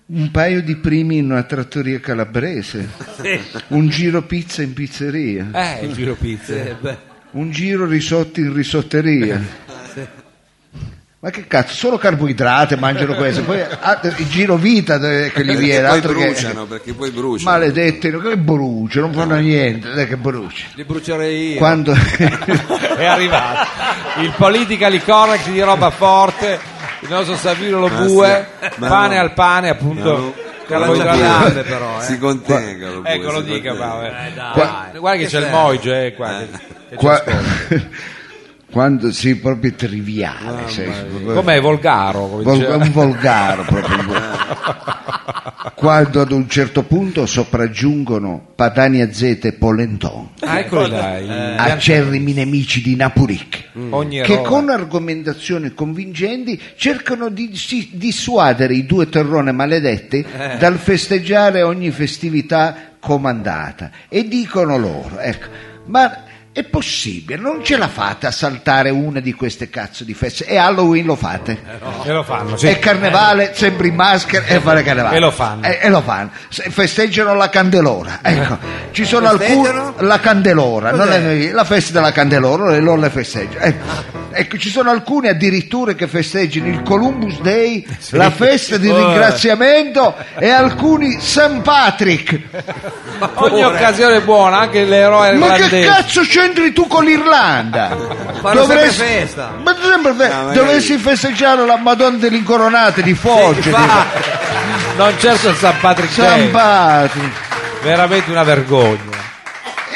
un paio di primi in una trattoria calabrese, un giro pizza in pizzeria. Eh, il giro pizze. un giro risotti in risotteria. Ma che cazzo, solo carboidrati mangiano questo, poi ah, il giro vita eh, che gli viene, poi altro che- bruciano, perché poi bruciano. maledetti, che brucia, non fanno niente, dai che brucia. Li brucerei io. Quando È arrivato. Il politically correct di roba forte, il nostro Savino lo bue, sì, ma pane no. al pane appunto. No. Carboidrate però, eh. Si contenga lo Ecco, pure, lo si dica contenga. Paolo. Qua- Guarda che c'è il Moige, eh, qua. che- che ci qua- ascolta. quando sei proprio triviale, sei proprio- Com'è volgaro? Come Vol- Cioè. diceva. un volgaro proprio. Quando ad un certo punto sopraggiungono Padania Z e Polenton, Ah, eccolo dai. Eh. Eh. acerrimi nemici di Napuric, Ogni che errore. con argomentazioni convincenti cercano di si- dissuadere i due terrone maledetti dal festeggiare ogni festività comandata e dicono loro, ecco, ma è possibile, non ce la fate a saltare una di queste cazzo di feste e Halloween lo fate. E lo fanno, sì. Eh. È carnevale, sempre in maschera e fare carnevale. Eh, E lo fanno. E, e lo fanno. Se- Festeggiano la candelora. Ecco, ci sono alcuni. Festeggiano? La candelora, non è- la festa della candelora, e loro le festeggiano. Ecco. Ecco, ci sono alcuni addirittura che festeggiano il Columbus Day, la festa di Oh. ringraziamento e alcuni St. Patrick. Ogni occasione è buona, anche l'eroe Ma che irlandese. cazzo c'entri tu con l'Irlanda? Fanno sempre festa. Ma sempre festa. No, magari- Dovresti festeggiare la Madonna dell'Incoronata di Foggia. di- Non certo il San Patrick San Day. Patrick. Veramente una vergogna.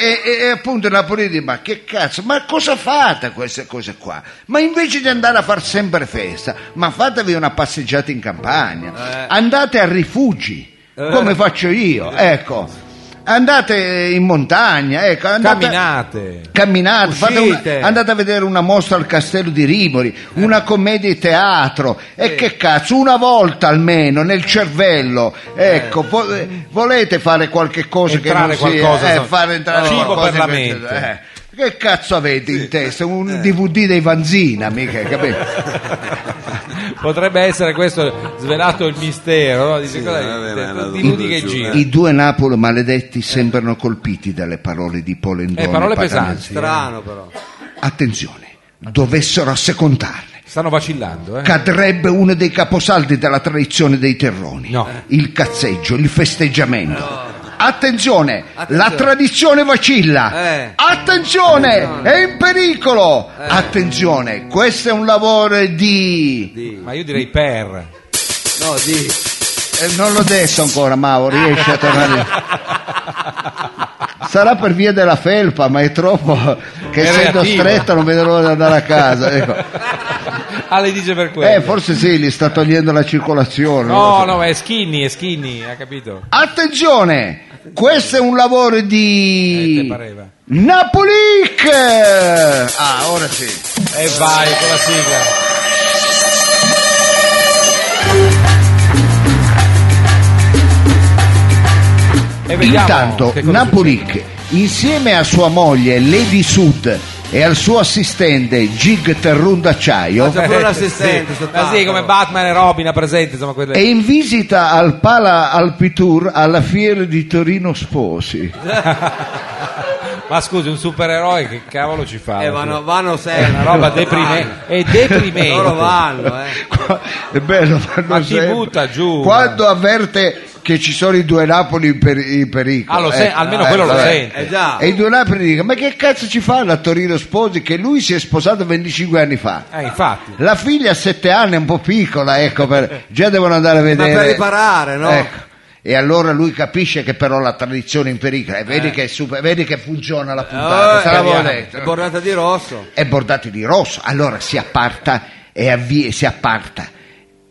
E, e- e appunto Napoli dice ma che cazzo, ma cosa fate a queste cose qua? Ma invece di andare a far sempre festa, ma fatevi una passeggiata in campagna, andate a rifugi, come faccio io, ecco. Andate in montagna, ecco, andate- Camminate. Camminate, fate una- Uscite. andate a vedere una mostra al castello di Riboli, Eh. una commedia di teatro. E che cazzo, una volta almeno nel cervello. Ecco, vo- eh, volete fare qualche cosa Entrare che non sia qualcosa, eh, so- fare entrare cibo qualcosa per la in- mente. Eh. eh. Che cazzo avete in testa? Un DVD dei Vanzina, mica, capito? Potrebbe essere questo svelato il mistero. No? Dice, cosa- vabbè, te- ma la- tutti i nudi la- che giù, gira. I due Napoli maledetti sembrano colpiti dalle parole di Polendone. Eh, parole e Paganini. pesanti. Strano però. Attenzione, dovessero assecondarle. Stanno vacillando, eh. cadrebbe uno dei caposaldi della tradizione dei terroni, No. il cazzeggio, il festeggiamento. Attenzione, la tradizione vacilla. Eh. Attenzione, è in pericolo. Attenzione, questo è un lavoro di... Ma io direi per. No, di. Eh, non l'ho detto ancora, Mauro, riesci a tornare. Sarà per via della felpa, ma è troppo che essendo relativo. stretta non vedo l'ora di andare a casa. Ecco. Ah, lei dice per quello. Eh, forse sì, gli sta togliendo la circolazione. non lo no, so. no, ma è skinny, è skinny, ha capito? Attenzione, questo è un lavoro Eh, te di pareva. Napolic. Ah, ora sì. E vai con la sigla. E vediamo Intanto che cosa Napolic insieme a sua moglie Lady Sud e al suo assistente Gig Terrun d'acciaio C'è pure un succede. assistente sto Ma Eh, sì, tavolo. come Batman e Robin ha presente, insomma, quelle... è in visita al Pala Alpitour alla fiera di Torino Sposi. Ma scusi, un supereroe che cavolo ci fa? Eh, vanno, vanno È sempre. una roba deprimente. È deprimente. Loro vanno, eh. Qua- è bello fanno Ma ti sempre. butta giù. quando avverte che ci sono i due Napoli in, per- in pericolo Ah, lo sen- almeno quello lo vabbè. sente. Eh, già. e i due Napoli dicono ma che cazzo ci fa la Torino Sposi che lui si è sposato 25 anni fa Eh, infatti. la figlia ha 7 anni è un po' piccola ecco per- già devono andare a vedere per riparare, no? Ecco. e allora lui capisce che però la tradizione è in pericolo e vedi, che, è super- vedi che funziona la puntata Oh, te l'avevo vediamo. detto. Eh. È Bordata di rosso. è bordati di rosso, allora si apparta e avvie- si apparta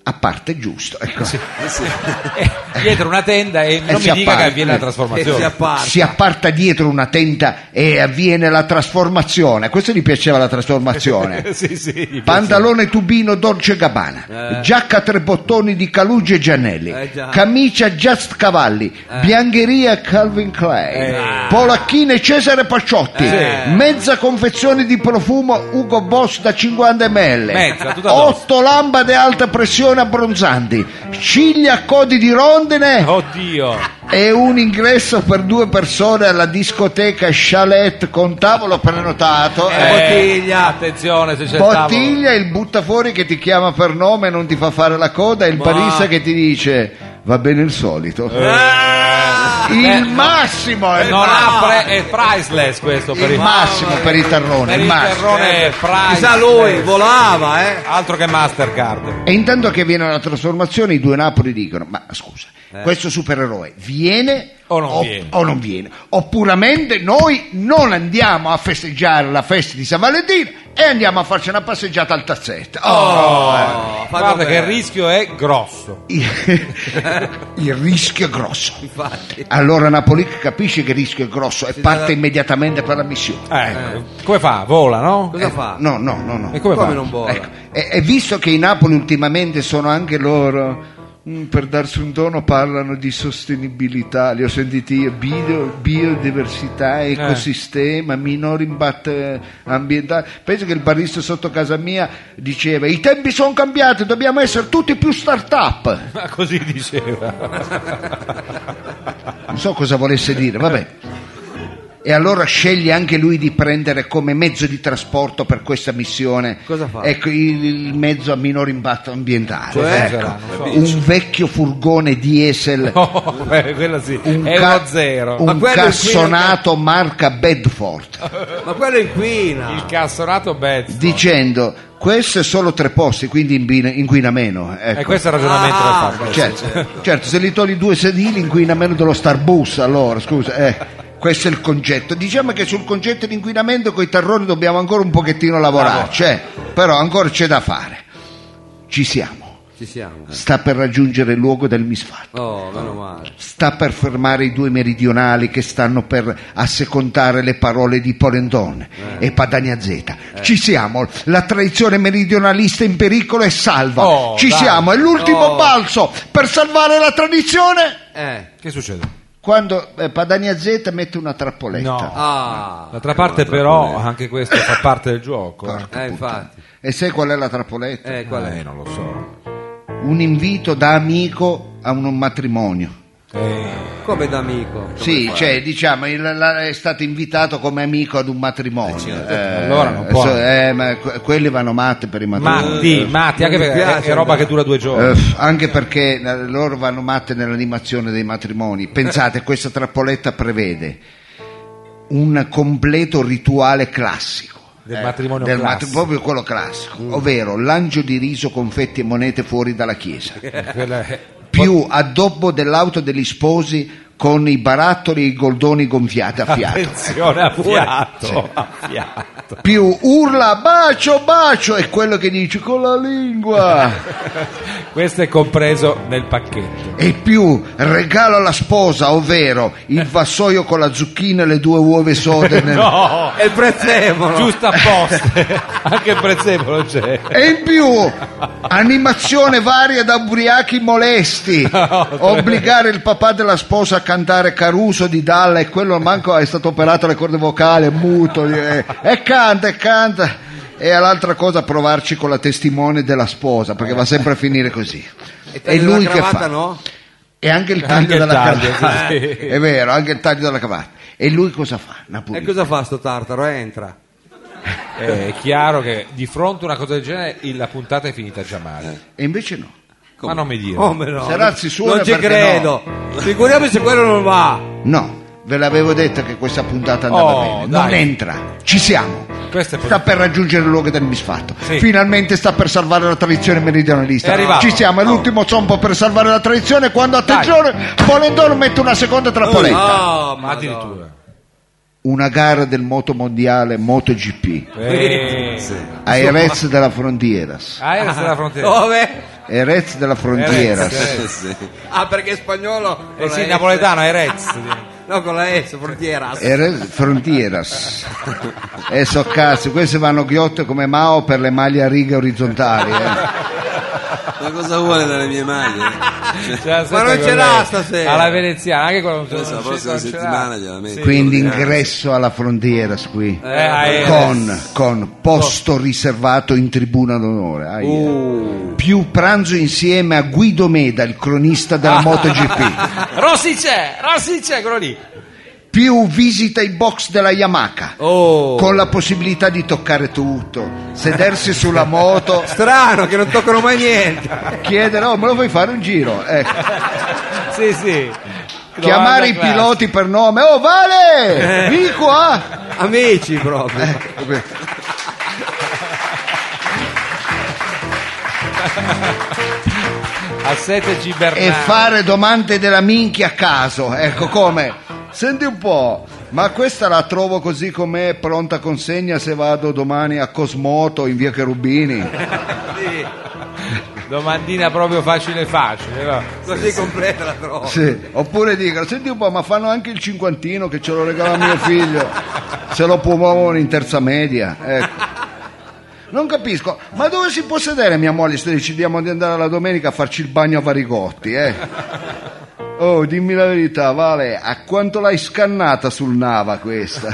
a parte giusto. Ecco. Eh, dietro una tenda e non si mi dica che appare. avviene la E si trasformazione. apparta. Si apparta dietro una tenda e avviene la trasformazione. Questo gli piaceva la trasformazione. Sì, sì, gli piace. Pantalone tubino Dolce Gabbana, Eh. giacca tre bottoni di Calugi e Giannelli, Eh, già. camicia Just Cavalli, Eh. biancheria Calvin Klein, polacchine Cesare Pacciotti, Eh. mezza confezione di profumo Ugo Boss da 50 ml, Mezza, tutta addosso. otto lampade a alta pressione abbronzanti, ciglia a codi di rondine Oddio. e un ingresso per due persone alla discoteca Chalet con tavolo prenotato. Eh, bottiglia. Attenzione se c'è il tavolo. Bottiglia, il buttafuori che ti chiama per nome e non ti fa fare la coda, e il Ma- barista che ti dice va bene il solito. Eh, Ah! Il no. massimo è Non Ah! ha pre- è priceless questo per il il massimo per il tarrone, per il il massimo. terrone è priceless. Chissà lui, volava, eh. Altro che Mastercard. E intanto che viene la trasformazione, i due Napoli dicono: Ma scusa, questo supereroe viene Eh. O non viene. o non viene. O puramente noi non andiamo a festeggiare la festa di San Valentino e andiamo a farci una passeggiata al tazzetto. Oh, eh. Oh, fatto Guarda che il bene. rischio è grosso. il rischio è grosso. Infatti. Allora Napoli capisce che il rischio è grosso e parte dà- immediatamente per la missione. Eh. Ecco. Come fa? Vola, no? Cosa fa? No, no, no, no. E come, Come fa? non vola? Ecco, E, e visto che i Napoli ultimamente sono anche loro mm, per darsi un tono parlano di sostenibilità, li ho sentiti io, bio- biodiversità, Eh. ecosistema, minore impatto ambientale. Penso che il barista sotto casa mia diceva i tempi sono cambiati, dobbiamo essere tutti più start-up. Ma così diceva. non so cosa volesse dire, vabbè. E allora sceglie anche lui di prendere come mezzo di trasporto per questa missione Cosa fa? Ecco, il, il mezzo a minor impatto ambientale. Cioè? Ecco, Sarà, non so. un vecchio furgone diesel, Oh, beh, quella sì. un, è ca- uno zero. Ma un quello è il Ah, cassonato marca Bedford, Ma quello inquina. Il cassonato Eh, Betz. dicendo questo è solo tre posti, quindi inquina, inquina meno. Eh, Ecco. E questo è il ragionamento Ah, da fare. certo, certo, se li togli due sedili inquina meno dello Starbus, allora scusa, eh, questo è il concetto. Diciamo che sul concetto di inquinamento con i terroni dobbiamo ancora un pochettino lavorarci, eh, però ancora c'è da fare. Ci siamo, Ci siamo. sta per raggiungere il luogo del misfatto. Oh, meno male. Sta per fermare i due meridionali che stanno per assecontare le parole di Polendon Eh. e Padania Z. Ci siamo, la traizione meridionalista in pericolo è salva. Oh, Ci dai. siamo, è l'ultimo Oh. balzo per salvare la tradizione. Eh. Che succede? Quando eh, Padania Z mette una trappoletta. No. Ah. D'altra parte però anche questo fa parte del gioco. eh. Porca Eh, puttana. infatti. E sai qual è la trappoletta? Eh, qual è? Eh, non lo so. Un invito da amico a un matrimonio. Eh, Come d'amico. Come sì, fa? cioè, diciamo, il- la- è stato invitato come amico ad un matrimonio. Eh, allora non può. eh, ma que- quelli vanno matti per i matrimoni. Matti, Matti, anche mi perché è- piace, è roba no. che dura due giorni. Eh, anche perché eh, loro vanno matte nell'animazione dei matrimoni. Pensate, questa trappoletta prevede un completo rituale classico. Eh, Del matrimonio del classico. Mm. matri- proprio quello classico, ovvero lancio di riso, confetti e monete fuori dalla chiesa, Quella è- più addobbo dell'auto degli sposi con i barattoli e i goldoni gonfiati Ah, a fiato, Attenzione a fiato, a fiato. più urla bacio bacio e quello che dici con la lingua. Questo è compreso nel pacchetto. E più regalo alla sposa, ovvero il vassoio con la zucchina e le due uova sode. nel- Eh. No, È il prezzemolo. giusto apposta. anche il prezzemolo c'è. E in più animazione varia da ubriachi molesti. Obbligare il papà della sposa a cantare Caruso di Dalla e quello manco è stato operato alle corde vocali, è muto. eh, e canta, e canta. E all'altra cosa provarci con la testimone della sposa, perché va sempre a finire così. E è lui che cravatta, fa. no? E anche il taglio Anche il della taglio, cravatta. sì, sì. È vero, anche il taglio della cravatta. E lui cosa fa? Napoli? E cosa fa sto tartaro? Entra. Eh, È chiaro che di fronte a una cosa del genere il- la puntata è finita già Ecco. male. E invece no. Ma non mi dire. Come no? Serazzi suona Non ci perché credo. Figuriamoci se quello non va. No, ve l'avevo detto che questa puntata andava Oh, bene. dai. Non entra, ci siamo. Questo è Sta per raggiungere il luogo del misfatto. Sì. Finalmente sta per salvare la tradizione meridionalista. È arrivato. Oh. Ci siamo, è l'ultimo zompo per salvare la tradizione. Quando attenzione, Polendoro mette una seconda trappoletta. Ma Oh, Madonna. addirittura. una gara del moto mondiale MotoGP Eh, a Erez della Frontiers. Aeres della Ah, frontiera. Oh, Dove? Erez della Erez, Frontiers. eh. Ah, perché è spagnolo? Con Eh sì, la S. napoletano, Erez. Cioè, No, con la S, frontiera. Erez Frontieras. E so cazzo, queste vanno ghiotte come Mao per le maglie a righe orizzontali. eh. Ma cosa vuole dalle mie maglie? Ma non ce l'ha stasera. Alla veneziana, anche quella non ce Adesso la non ce- prossima non ce l'ha. settimana gliela metto. Quindi ingresso alla Frontiers qui. Eh, Aeres. Con, con posto riservato in tribuna d'onore. Aia. Uh. Più pranzo insieme a Guido Meda, il cronista della MotoGP. Rossi c'è, Rossi c'è, quello lì. più visita i box della Yamaha Oh. con la possibilità di toccare tutto sedersi sulla moto Strano che non toccano mai niente. chiedere oh me lo vuoi fare un giro Ecco. Sì, sì. Domanda chiamare i classica. piloti per nome oh Vale vieni qua Amici proprio. A 7G e Bernardo. fare domande della minchia a caso ecco come senti un po' ma questa la trovo così com'è pronta consegna se vado domani a Cosmoto in via Cherubini Domandina proprio facile facile. va. Così completa la trova. Sì, oppure dicono, senti un po', ma fanno anche il cinquantino che ce lo regala mio figlio, se lo promuovono in terza media. Ecco. Non capisco, ma dove si può sedere mia moglie se decidiamo di andare la domenica a farci il bagno a Varigotti? Eh? Oh, dimmi la verità, Vale, a quanto l'hai scannata sul Nava questa?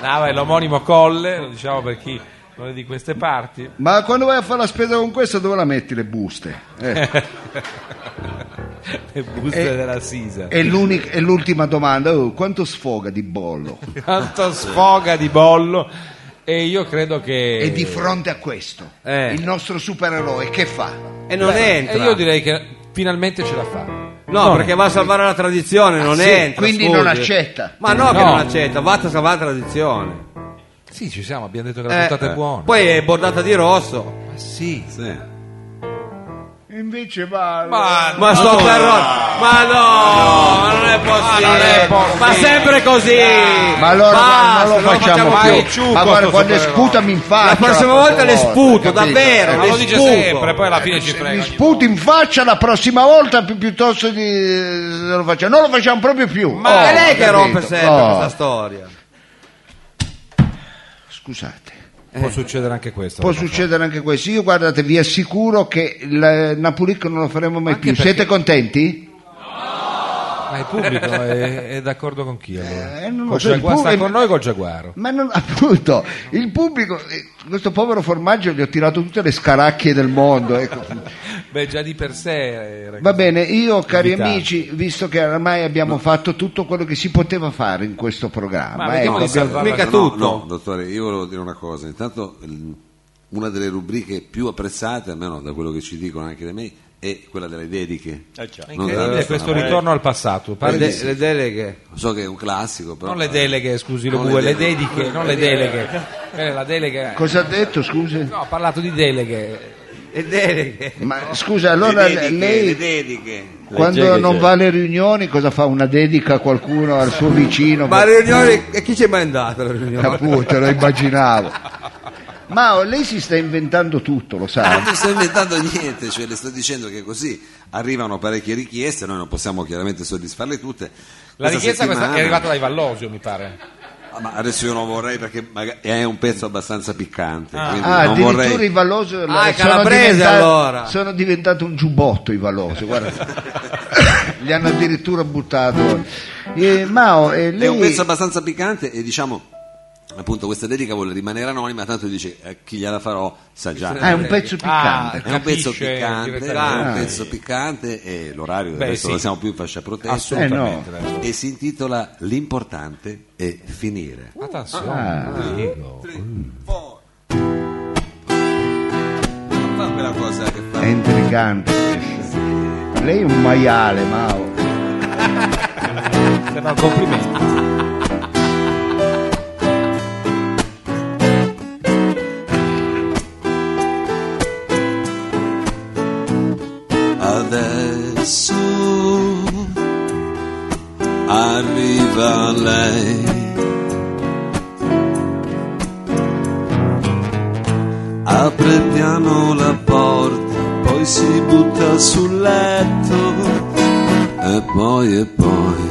Nava è l'omonimo Colle, lo diciamo per chi non è di queste parti. Ma quando vai a fare la spesa con questa dove la metti le buste? Eh. Le buste della Sisa. E, l'unica- e l'ultima domanda, oh, quanto sfoga di bollo? Tanto sfoga di bollo. E io credo che... E di fronte a questo, Eh. il nostro supereroe che fa? E non E entra. io direi che finalmente ce la fa. No, perché va a salvare la tradizione, non sì, entra. quindi scusi. non accetta. Ma no, che No. non accetta, va a salvare la tradizione. Sì, ci siamo, abbiamo detto che la puntata è buona. Poi è bordata di rosso. Ma sì. Sì. Invece va. Ma, Ma sto per ro- Ma no, ma non è possibile. non è Ma possibile. sempre così. Ma allora guarda, Basta, non lo non facciamo, facciamo mai più. ciucco ma guarda, sto quando è supereroe. sputa mi La infaccia. prossima volta le sputo, capito? davvero. Ma le lo dice sputo. sempre, poi alla fine ci Mi frega. sputi in faccia la prossima volta pi- piuttosto di. Non lo facciamo, non lo facciamo proprio più. Ma Oh, è lei che capito? rompe sempre Oh, questa storia. Scusate. Può succedere anche questo. Può succedere anche questo. Io guardate, vi assicuro che il Napulic non lo faremo mai più. perché- Siete contenti? Ma il pubblico è, è d'accordo con chi allora? Eh, non lo Col so, il Giaguaro- sta pubblico- con noi col Giaguaro. Ma non, appunto, il pubblico, eh, questo povero formaggio gli ho tirato tutte le scaracchie del mondo. Ecco. Beh, già di per sé eh, era Va bene, io cari Evitare. amici, visto che ormai abbiamo fatto tutto quello che si poteva fare in questo Ma programma, vediamo ecco, di salvare- Mica No, tutto. No, dottore, io volevo dire una cosa. Intanto il- una delle rubriche più apprezzate, almeno da quello che ci dicono anche da me, è quella delle dediche. Non della Incredibile nostra, Eh, questo ma- ritorno al passato. Pare Le, di de- sì. le deleghe. So che è un classico, però... Non le deleghe, scusi, lo Non le bue, le deleghe. dediche, non le deleghe. Eh, la delega. cosa ha detto, scusi? No, ha parlato di deleghe. Le deleghe. Ma scusa, Le allora dediche, lei le dediche. quando non va alle riunioni cosa fa? Una dedica a qualcuno, al suo vicino? Ma le riunioni, e chi c'è mai andato alla riunione? Appunto, lo immaginavo. Ma lei si sta inventando tutto, lo sa. Non ti sto inventando niente, cioè le sto dicendo che così arrivano parecchie richieste, noi non possiamo chiaramente soddisfarle tutte. La richiesta questa settimana- è arrivata dai Vallosio, mi pare. Ah, Ma adesso io non vorrei perché maga- è un pezzo abbastanza piccante. quindi Ah, non addirittura vorrei- i Valloso Ah, i calabresi, allora. sono diventato un giubbotto i Valloso, guarda. Li hanno addirittura buttato. Eh, Mao, eh, lei... È un pezzo abbastanza piccante e diciamo appunto questa dedica vuole rimanere anonima, tanto dice eh, chi gliela farò sa già. Ah, è un pezzo piccante. È un pezzo Eh, capisce piccante, è un direttamente. pezzo piccante e l'orario del Beh, resto sì. non siamo più in fascia protesta Assolutamente. Eh, e si intitola L'importante è finire. Attenzione. Prego. Non fa quella cosa che fa. È intrigante. Lei è un maiale, Mao. Sembra un complimento. Adesso arriva lei Apre piano la porta, poi si butta sul letto e poi e poi.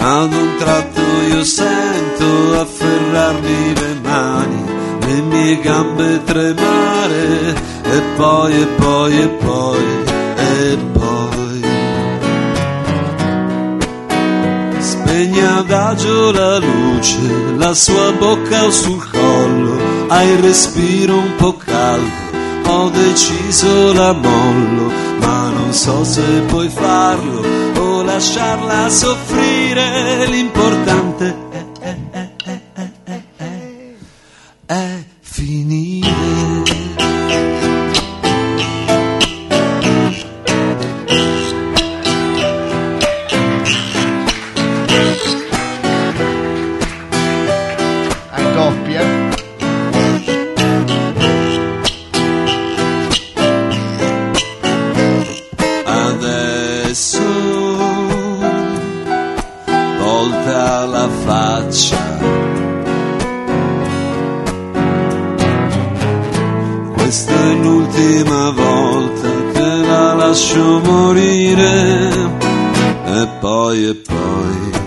Ad un tratto io sento afferrarmi le mani, le mie gambe tremare e poi e poi e poi e poi. Spegne adagio la luce, la sua bocca sul collo, ha il respiro un po' caldo. Ho deciso la mollo, ma non so se puoi farlo o lasciarla soffrire. L'importante è, è, è, è, è, è, è, è finire. a doppia. Adesso volta la faccia. Questa è l'ultima volta che la lascio morire e poi e poi.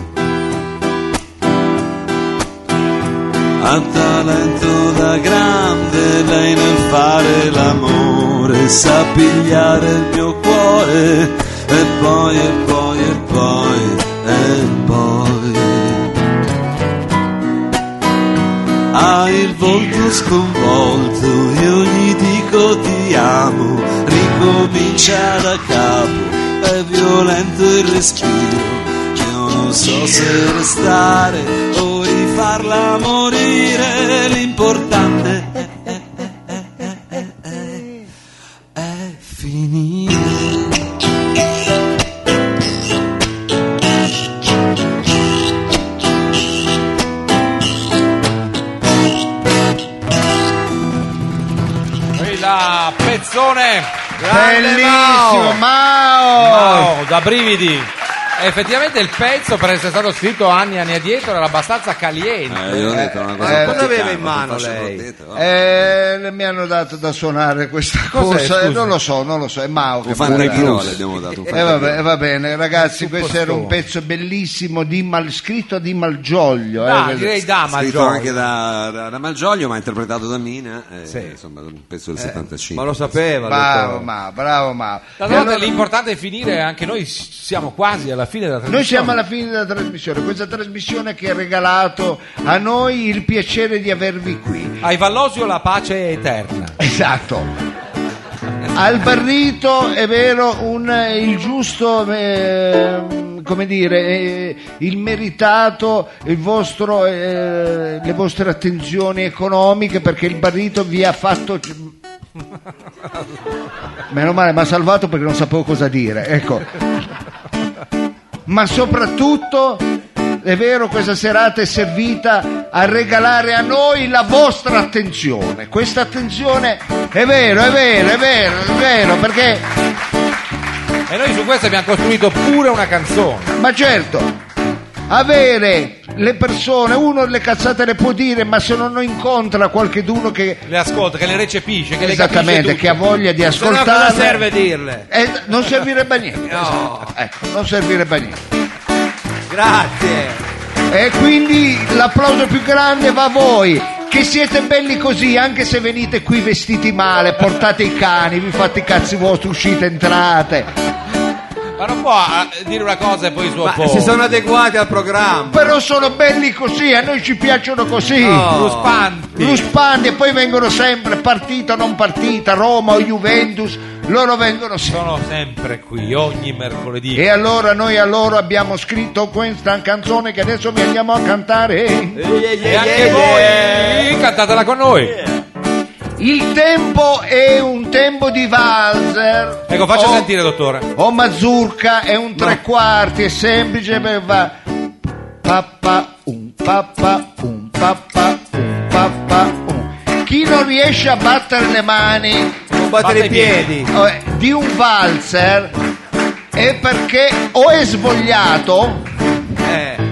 Ha talento da grande lei nel fare l'amore, sa pigliare il mio cuore e poi e poi e poi e poi. Ha il volto sconvolto, io gli dico ti amo, ricomincia da capo, è violento il respiro, io non so se restare o rifarla morire, l'importante è, è, è, è, è, è, è finire. Quella pezzone grande Bellissimo, Mao! Mao, da brividi. Effettivamente il pezzo, per essere stato scritto anni e anni addietro, era abbastanza caliente. Eh, io ho detto una cosa eh, un po' cosa aveva piccante, in mano faccio lei? protette, va. Eh, mi hanno dato da suonare questa Cos'è, cosa, eh, scusa? non lo so, non lo so, è Mao che Un parla. fantaglino le Eh, abbiamo dato. un Eh, vabbè, eh, fantaglino. va bene, ragazzi, questo era un postone. pezzo bellissimo di mal, scritto di Malgioglio. eh, Ah, che- direi da Scritto Maggiore. anche da, da, da Malgioglio, ma interpretato da Mina. eh, Sì. Insomma, un pezzo del 75. Ma lo sapeva. Bravo dottore. Mao, bravo Mao. D'altra E parte allora- l'importante è finire, anche noi s- siamo quasi alla fine della Noi trasmissione. siamo alla fine della trasmissione, questa trasmissione che ha regalato a noi il piacere di avervi qui. Ai Vallosio la pace è eterna. Esatto. Al Barrito è vero un, eh, il giusto, eh, come dire, eh, il meritato, il vostro, eh, le vostre attenzioni economiche perché il Barrito vi ha fatto... Meno male, mi ha salvato perché non sapevo cosa dire. Ecco ma soprattutto è vero questa serata è servita a regalare a noi la vostra attenzione questa attenzione è vero è vero è vero è vero perché E noi su questo abbiamo costruito pure una canzone. ma certo avere le persone uno le cazzate le può dire ma se non incontra qualcheduno che Le ascolta, che le recepisce, che le capisce esattamente tutte. che ha voglia di Se no cosa ascoltarle serve dirle? eh, non servirebbe a niente esatto. ecco, non servirebbe a niente Grazie. E quindi l'applauso più grande va a voi, che siete belli così, anche se venite qui vestiti male, portate i cani, vi fate i cazzi vostri, uscite, entrate. Ma non può eh, dire una cosa e poi il suo Ma opporre. si sono adeguati al programma. Però sono belli così, a noi ci piacciono così. No. Ruspanti. Ruspandi e poi vengono sempre, partita o non partita, Roma o Juventus, loro vengono sempre. Sono sempre qui, ogni mercoledì. E allora noi a loro abbiamo scritto questa canzone che adesso vi andiamo a cantare. E anche voi cantatela con noi. Il tempo è un tempo di valzer. Ecco, faccia Oh, sentire, dottore. O Mazurka è un tre quarti, è semplice per va. Pappa un, pappa un, pappa un, pappa un. Chi non riesce a battere le mani Non battere i Fate i piedi. piedi. eh, di un valzer è perché o è svogliato Eh. o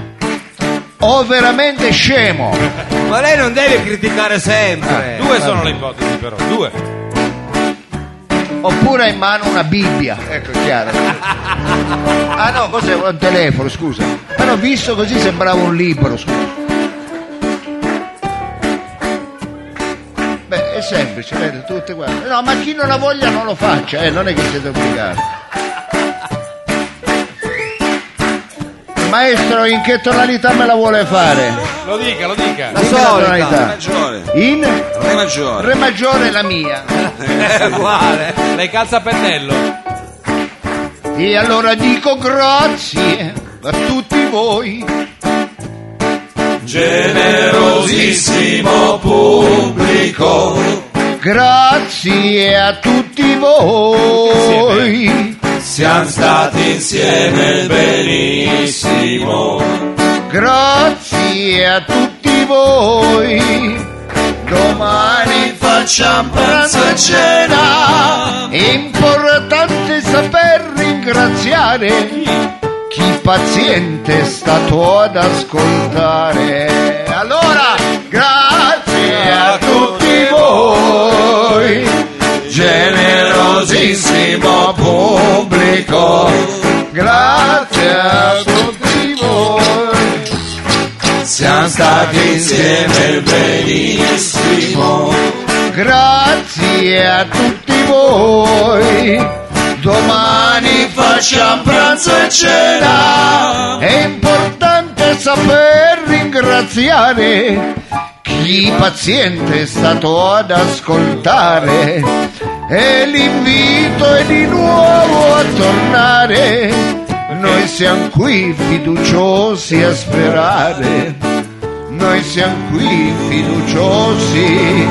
o veramente scemo. Ma lei non deve criticare sempre. Ah, Due sono le ipotesi, però. Due. Oppure ha in mano una Bibbia, ecco è chiaro. Ah no, cos'è? Un telefono, scusa. Però visto così sembrava un libro, scusa. Beh, è semplice, vedi, tutte quante. No, ma chi non la voglia non lo faccia, eh, non è che siete obbligati. Maestro, in che tonalità me la vuole fare? Lo dica, lo dica. La Dimmi la solita. tonalità. maggiore In re maggiore Re maggiore è la mia. È uguale. Lei calza a pennello. E allora dico grazie a tutti voi. Generosissimo pubblico, Grazie a tutti voi. siamo stati insieme benissimo. Grazie a tutti voi. Domani facciamo pranzo e cena. È importante saper ringraziare chi paziente è stato ad ascoltare. Allora, grazie a tutti voi. Generosissimo pubblico, Grazie a tutti voi. siamo stati insieme benissimo. Grazie a tutti voi. Domani facciamo pranzo e cena. È importante saper ringraziare chi paziente è stato ad ascoltare. E l'invito è di nuovo a tornare. Noi siamo qui fiduciosi a sperare. Noi siamo qui fiduciosi.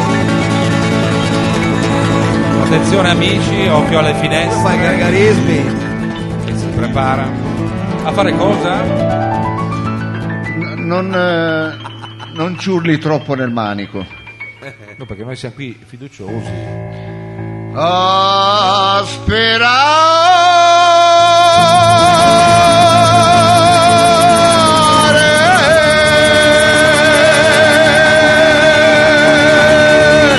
Attenzione amici, occhio alle finestre. Fa i gargarismi. E si prepara. A fare cosa? N- non, eh, non ci urli troppo nel manico. No, perché noi siamo qui fiduciosi. A sperare.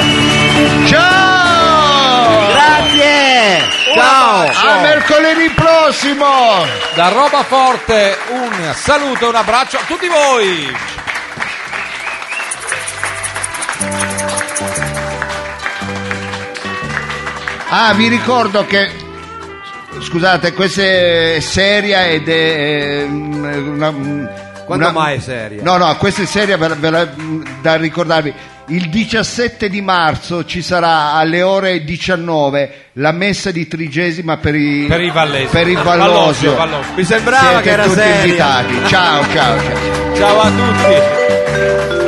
Ciao! Grazie. Ciao. A mercoledì prossimo! Da Roba Forte un saluto e un abbraccio a tutti voi. Ah, vi ricordo che scusate, questa è seria ed è ehm, una, Quando una- mai è seria? No, no, questa è seria ve la- ve la- da ricordarvi. Il 17 di marzo ci sarà alle ore 19 la messa di trigesima per i, Per i vallesi. per i Vallosio, Vallosio. Vallosio. Mi sembrava Siete che era tutti seria. invitati. Ciao, ciao, ciao. Ciao a tutti.